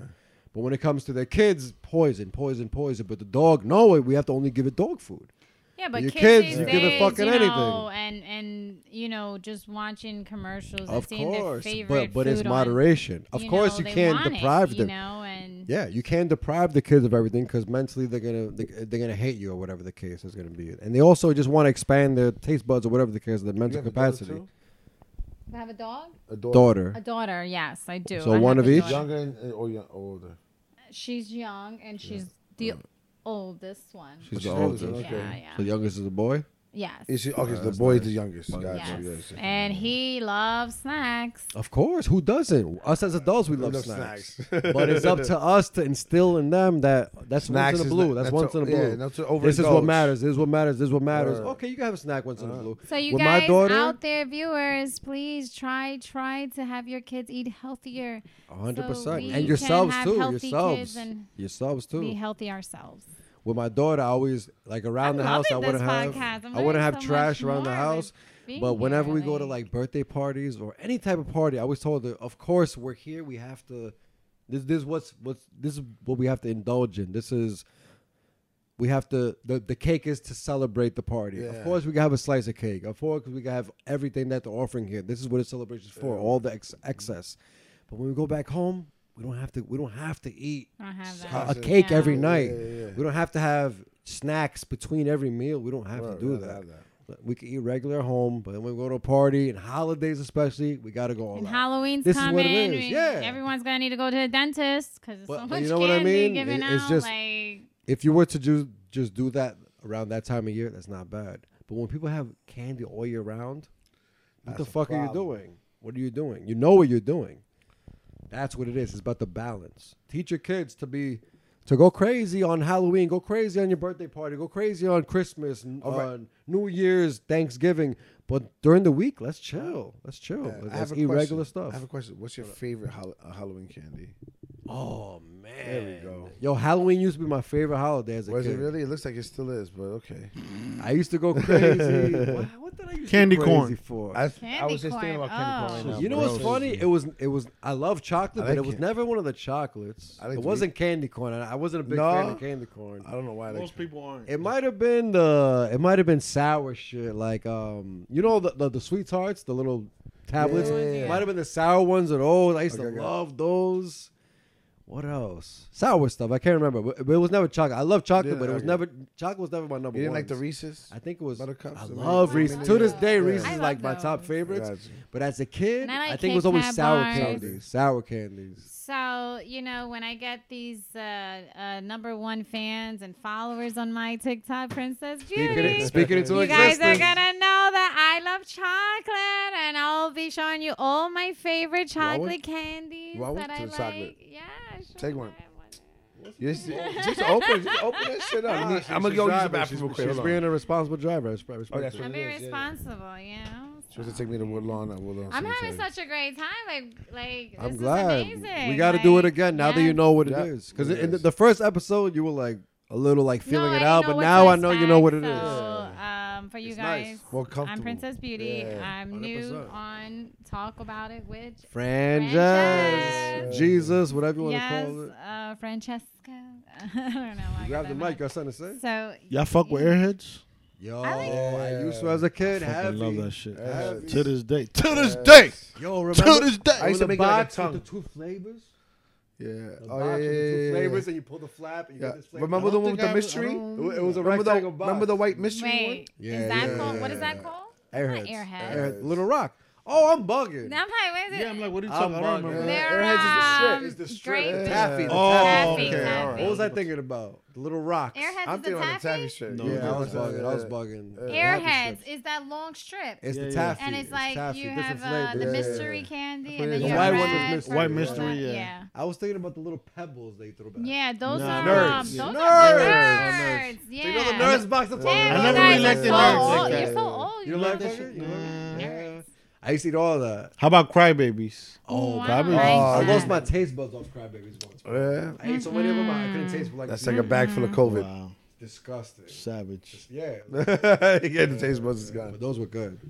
C: But when it comes to their kids, poison, poison, poison. But the dog, no, we have to only give it dog food.
E: yeah. But
C: your
E: kids,
C: kids,
E: these
C: you
E: days,
C: give a fucking
E: you
C: anything.
E: know, and and you know, just watching commercials, and
C: Of
E: seeing their
C: course, but
E: favorite
C: but it's
E: food on-
C: moderation. Of course,
E: know,
C: you
E: they
C: can't
E: want it,
C: deprive
E: you
C: them.
E: know, and
C: Yeah, you can deprive the kids of everything because mentally they're gonna they, they're gonna hate you or whatever the case is gonna be, and they also just want to expand their taste buds or whatever the case, their
B: You
C: mental
B: have a daughter
C: capacity.
B: too?
E: I have a dog,
B: A daughter.
C: Daughter,
E: a daughter. Yes, I do.
C: So
E: I
C: one
E: have
C: of
E: a
C: each?
E: daughter.
B: Younger and, uh, or, young, or older.
E: She's young, and she's the oldest one.
C: she's the
B: She's older,
C: oldest.
B: okay.
E: Yeah, yeah.
C: So youngest is a boy.
E: yes.
B: Is she, okay, so the
C: that's
B: boy
C: nice.
B: is the youngest. Got
E: yes.
B: you. Yes.
E: and he loves snacks.
C: Of course, who doesn't? Us as adults, we,
B: We
C: love,
B: love
C: snacks,
B: snacks.
C: but it's up to us to instill in them that that's
B: Snacks
C: once in
B: is
C: a blue.
B: not-
C: that's
B: that's Uh-huh.
C: once
B: a-
C: in a
B: yeah,
C: blue.
B: not
C: this
B: to
C: is what
B: overindulge.
C: matters. This is what matters. This is what matters.
B: Word.
C: Okay, you can have a snack once in
B: Uh-huh.
C: a blue.
E: So you
C: With
E: guys
C: my daughter,
E: out there, viewers, please try try to have your kids eat healthier.
C: hundred
E: so
C: percent,
E: we
C: and yourselves
E: can have
C: too.
E: Healthy
C: Yourselves,
E: kids and
C: yourselves too.
E: be healthy ourselves.
C: with my daughter, I always like around
E: I'm
C: the house. I
E: loving
C: wouldn't
E: this
C: have,
E: podcast. I'm
C: I wouldn't
E: learning
C: have
E: so much
C: trash around the
E: more
C: house.
E: with being
C: But whenever
E: here,
C: we go to
E: like-
C: like birthday parties or any type of party, I always told her, of course we're here. We have to This this is what's what's this is what we have to indulge in. This is we have to the, the cake is to celebrate the party. Of
B: Yeah.
C: course we can have a slice of cake. Of course we can have everything that they're offering here. This is what a celebration is for, all the ex- excess. But when we go back home, we don't have to we don't have to eat
E: I don't have
C: a,
E: that.
C: a cake
E: Yeah.
C: every
B: Yeah,
C: night.
B: yeah, yeah.
C: We don't have to have snacks between every meal. We don't have
B: Right,
C: to do
B: right,
C: that. Oh,
B: right, right.
C: We can eat regular at home, but when we go to a party and holidays especially, we got to go all
E: And
C: out.
E: Halloween's
C: This is
E: coming.
C: what it is,
E: we-
C: yeah.
E: Everyone's gonna need to go to the dentist because
C: But-
E: so
C: but
E: much
C: you know what I
E: candy
C: mean?
E: given
C: It- it's
E: out.
C: just-
E: like
C: if you were to just just do that around that time of year, that's not bad. But when people have candy all year round, what the
B: That's a
C: fuck are you
B: problem.
C: doing? What are you doing? You know what you're doing. That's what it is. It's about the balance. Teach your kids to be to go crazy on Halloween, go crazy on your birthday party, go crazy on Christmas, and
B: All Oh, right.
C: on New Year's, Thanksgiving. But during the week, let's chill. Let's chill.
B: Yeah, I
C: let's
B: have a
C: eat
B: question.
C: regular stuff.
B: I have a question. What's your favorite Hall- uh, Halloween candy?
C: oh man.
B: There we go.
C: Yo, Halloween used to be my favorite holiday as a
B: Was
C: kid.
B: it really? It looks like it still is, but okay.
C: I used to go <laughs> crazy. what, what did I used
D: Candy
C: to go
D: corn.
C: crazy for?
B: I, I
E: Candy
B: was just thinking about
E: corn.
B: candy corn.
E: Oh.
B: Right now,
C: you know
B: bro.
C: what's funny? It was it was I love chocolate,
B: I
C: but
B: like
C: it was
B: it.
C: never one of the chocolates.
B: I like
C: it
B: to
C: wasn't candy corn. I, I wasn't a big
B: No.
C: fan of candy corn.
B: I don't know why. Like,
D: Most people aren't.
C: It might have been the it might have been sour shit like um you know the the, the sweethearts the little tablets
B: Yeah, yeah, yeah.
C: might have been the sour ones of those I used
B: Okay,
C: to
B: okay.
C: love those. What else? Sour stuff I can't remember, but, but it was never chocolate. I love chocolate,
B: Yeah,
C: but it was
B: okay.
C: never chocolate was never my number.
B: you didn't like
C: ones.
B: the Reese's?
C: I think it was.
B: Buttercups
C: I
B: and
C: love
B: like-
C: Reese's.
E: I
C: To
E: love
C: this day,
B: those.
C: Reese's is
E: I love
C: like my top
E: those.
C: favorites.
B: Gotcha.
C: But as a kid,
E: And I
C: I,
E: like
C: think it was
E: Kit
C: always
E: Kat
C: sour
E: bars.
C: candies. Sour candies.
E: So you know when I get these uh, uh, number one fans and followers on my TikTok, Princess
C: Speaking
E: Beauty,
C: it, speaking it to
E: you guys are
C: existence.
E: gonna know that I love chocolate, and I'll be showing you all my favorite
B: want
E: chocolate candies
B: want
E: that
B: to
E: I
B: the
E: like.
B: chocolate.
E: Yeah, sure.
B: Take one.
E: I want it.
B: You just, just open, just open that shit up.
C: Ah, she's
B: I'm gonna go use the
C: driving.
B: bathroom real
C: She's,
B: quick.
C: she's
B: Hold on. Oh,
C: being a responsible driver. I respect- respect
B: that's
C: her.
B: what it
E: I'm being
B: is, yeah, yeah.
E: responsible, you know.
B: She was
E: so.
B: to take me to Woodlawn at Woodlawn.
E: I'm having
B: Cemetery.
E: such a great time. Like, like
C: I'm
E: this
C: glad.
E: is amazing.
C: We got to do it
E: Like,
C: again now that
E: yeah.
C: you know what it
B: Yeah,
C: is. Because
B: it
C: in the,
B: is.
C: the first episode, you were like a little like feeling
E: no,
C: it
E: I
C: out, but
E: didn't know what to
C: now I know you know what it is.
E: expect, So, um, for you
C: It's nice.
E: guys,
B: More
E: I'm
B: comfortable.
E: Princess Beauty.
B: Yeah,
E: I'm new
C: 100%.
E: on Talk About It with
C: Frances,
E: Frances.
C: Jesus, whatever you want to
E: yes,
C: call it.
E: uh, Francesca. <laughs> I don't know. Why I
C: Grab
E: got
C: the
E: that
C: mic.
E: mouth.
C: Got something to say?
E: So
D: Y'all fuck with airheads?
C: Yo,
E: I like-
C: I used to as a kid.
D: I
C: Heavy.
D: love that shit.
B: Heavy.
D: To this day. To this
B: Yes.
D: day.
C: Yo,
D: To
C: remember
D: this day.
B: I used to
C: the
B: make it like a
C: box
B: tongue.
C: with the two flavors?
B: Yeah.
C: The
B: Oh
C: box
B: yeah, yeah,
C: with the two
B: yeah, yeah, yeah.
C: flavors, and you pull the flap, and you
B: yeah.
C: get this flavor.
B: Remember
D: I
B: the
D: don't
B: one with
D: think
B: the
D: I-
B: mystery?
D: I don't-
C: It was a
B: remember
C: rectangle
B: the,
C: box.
B: remember the white mystery
E: wait,
C: Yeah,
E: is that
C: yeah,
E: called? What
B: yeah,
E: is that
B: yeah.
E: called?
C: Airheads.
E: airhead.
C: Airheads. Little Rock. Oh, I'm bugging.
E: Now I'm like, what is it?
D: Yeah, I'm like, what are you
C: I'm
D: talking about? I
C: bugging.
D: don't remember.
B: Yeah.
D: that.
E: They're
C: Airheads
E: um,
C: is the strip. It's
E: grape
C: the strip.
E: juice.
C: Taffy. the
D: Oh,
C: taffy.
D: okay,
E: taffy.
D: all right.
C: What was I thinking about? The little rocks.
E: Airheads
B: I'm
E: is the
B: thinking of the
E: taffy.
B: taffy shit.
D: No,
C: Yeah,
D: no,
C: I was
D: no,
C: bugging. I was bugging.
B: yeah.
C: Taffy
E: Airheads
C: strips.
E: is that long strip.
C: It's
D: Yeah,
C: the
D: yeah.
C: taffy.
E: and it's like
C: taffy,
E: you
C: different
E: have uh, the
C: flavors.
E: mystery candy and
B: The
E: then you
C: white
E: have
C: one was
E: red,
C: mystery.
D: White
E: purple,
D: mystery,
E: that-
D: yeah.
C: I was thinking about the little pebbles they throw back.
E: Yeah, those
D: Nah.
E: are
D: Nerds.
E: Um, those
C: Yeah.
E: are
C: Nerds.
E: nerds.
D: Nerds.
E: nerds. Yeah.
C: So you know the nerds box up
E: Damn,
D: I
E: you
D: never
E: guys
D: really liked
E: are
D: the
E: so
D: nerds
E: old.
D: like that.
E: You're so old.
C: You
E: You
C: don't
E: know?
C: like that
D: that
C: shit?
D: shit? Nah.
E: Mm.
C: Yeah.
E: Nerds.
C: I used to eat all that.
D: How about crybabies?
E: Oh,
D: crybabies.
E: I don't like
C: I
E: that.
C: lost my taste buds off crybabies once.
B: Yeah.
C: I ate so many of them, I couldn't taste them. Like,
B: That's like a bag full of COVID.
D: Wow.
C: disgusting.
D: Savage.
C: Yeah,
B: yeah, <laughs> the taste buds is
C: but
B: gone.
C: those were good.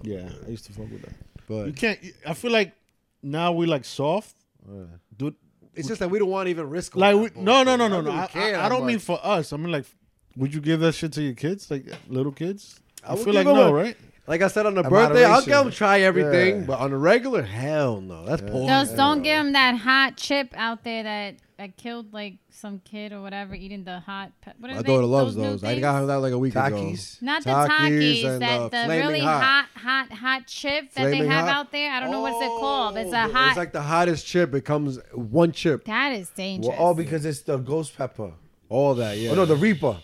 D: Yeah, I used to fuck with that. You
C: But
D: can't. I feel like now we like soft. Dude,
C: it's just that we don't want to even risk. all
D: like
C: that
D: we, no, no,
C: bullshit.
D: no, no, no.
C: really
D: I,
C: care
D: I, I
C: that
D: don't mean
C: much.
D: for us. I mean like, would you give that shit to your kids, like little kids? I,
C: would
D: feel like
C: give 'em
D: no,
C: a-
D: right?
C: Like I said on the
B: A
C: birthday, I'll
B: moderation.
C: give them try everything,
B: Yeah.
C: but on a regular, hell no. That's poison.
E: Those don't give them that hot chip out there that that killed like some kid or whatever eating the hot. Pe- what are
C: My
E: they-
C: daughter loves
E: new
C: those. I
E: things?
C: got her that like a week
B: Takis.
C: ago.
E: Not the
C: Takis
E: Takis,
C: and,
E: that
C: uh,
E: the
C: Flaming
E: really
C: Hot.
E: hot. hot, hot, chip that
C: Flaming
E: they have
C: Hot.
E: out there. I don't know what's it called. It's a
C: Oh,
E: hot.
C: It's like the hottest chip. It comes one chip.
E: that is dangerous.
B: Well, all because it's the ghost pepper.
C: All that, yeah.
B: Oh no, the Reaper.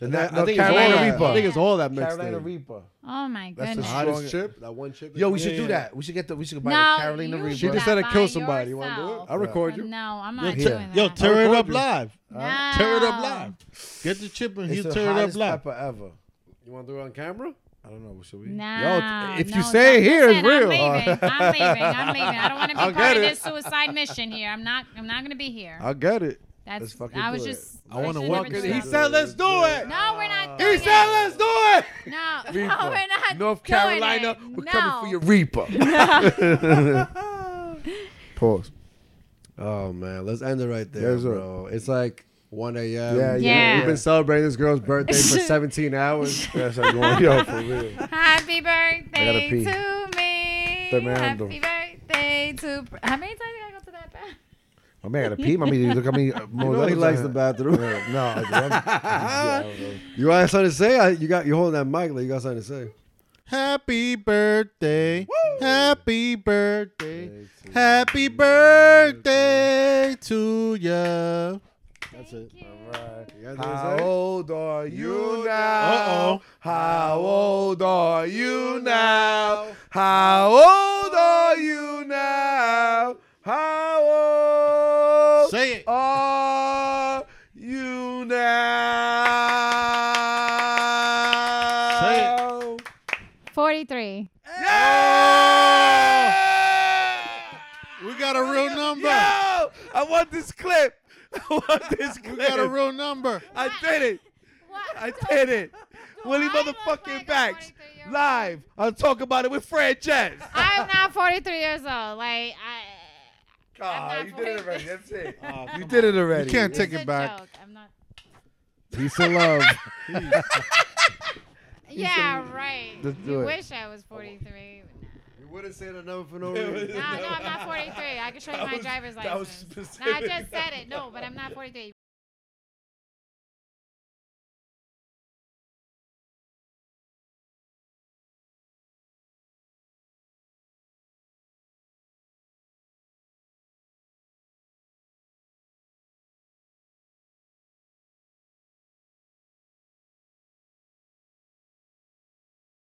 B: The,
C: I,
B: na-
C: I
B: no,
C: think
B: Carolina
C: it's all
B: Reaper.
C: that. I think it's all that mixed
B: Carolina
C: in.
B: Reaper.
E: oh my
B: That's the
E: goodness.
C: The
B: hot-
C: hottest
B: Strong-
C: chip, that one chip.
B: Yo, we should
D: Yeah,
B: do
D: yeah.
B: that. We should get the. We should buy
E: No,
B: the Carolina
E: you
B: Reaper.
C: She
E: should
C: just said to
E: By
C: kill somebody. You want to do it?
E: yourself.
C: I'll record you.
E: No, I'm not
B: Yeah.
E: doing that.
D: Yo, tear it
C: I'll
D: up
C: record you.
D: live.
E: No.
D: Tear it up live. Get the chip and
B: It's
D: he'll
B: the
D: tear it up
B: hottest
D: live.
B: pepper ever.
C: You want to do it on camera?
B: I don't know. Should we? <laughs>
E: Nah,
C: Yo, if you
E: no,
C: say it
E: no,
C: here, it's
E: listen,
C: real.
E: I'm
C: <laughs>
E: leaving. I'm leaving. I'm leaving. I don't want to be
C: I'll
E: part
C: get
E: of
C: it.
E: this suicide mission here. I'm not. I'm not gonna be here.
C: I'll get it.
E: That's.
B: let's fucking
E: I was
B: do it.
E: just.
C: I want to
E: should
C: walk
E: never
C: in.
E: do
C: He
E: that.
C: said, let's do it.
E: No, we're not.
C: He
E: doing
C: said,
E: it.
C: let's do it. <laughs>
E: No, no, we're not.
B: North
E: doing
B: Carolina,
E: it.
B: we're
C: <laughs>
E: no.
B: coming for your Reaper. Pause.
C: Oh man, let's end it right there,
B: There's a-
C: bro. It's like 1 a.m.
B: Yeah,
E: Yeah.
C: We've been celebrating this girl's birthday
E: <laughs>
C: for 17 hours.
B: That's like going, <laughs> yo, for real.
E: Happy birthday
B: pee.
E: to me.
B: Tremendo.
E: Happy birthday to. How many times did I go to that bathroom?
B: My man, a pee. My man, look how <laughs> many. Uh,
C: You know he likes the bathroom.
B: Yeah, no, I- I'm- yeah, <laughs> I don't know.
C: <laughs> You got something to say? I, you got you holding that mic like you got something to say.
D: Happy birthday. Happy birthday. Happy birthday to ya. That's it.
C: You got
B: How
C: something to say?
B: old are you now?
D: Uh-oh.
B: How old are you now? How old are you now? How old
D: Say it.
B: are you now?
D: Say
B: it.
E: 43.
D: We got a real number.
B: Yo, I want this clip. <laughs> I want this clip.
D: We got a real number.
B: I did it.
E: What?
B: I did it. Willie
E: I look
B: motherfucking
E: like a
B: Bax
E: 43-year-old?
B: live. I'll talk about it with Fred Jazz.
E: I'm not 43 years old. Like, I.
B: Ah,
E: not
B: you did it
E: voting.
B: already. That's it.
D: Oh,
B: You did it already.
D: You can't take
E: it's
D: it
E: a
D: back.
E: Joke. I'm not.
C: Peace
D: <laughs>
C: and love.
E: Yeah, right.
B: Let's do
E: you
B: it.
E: wish I was 43.
C: you wouldn't say that number for
B: <laughs>
C: no
E: No, no, I'm not 43. I can show you my driver's
B: that was
E: license. No, I
B: specific.
E: just said it. No, but I'm not 43.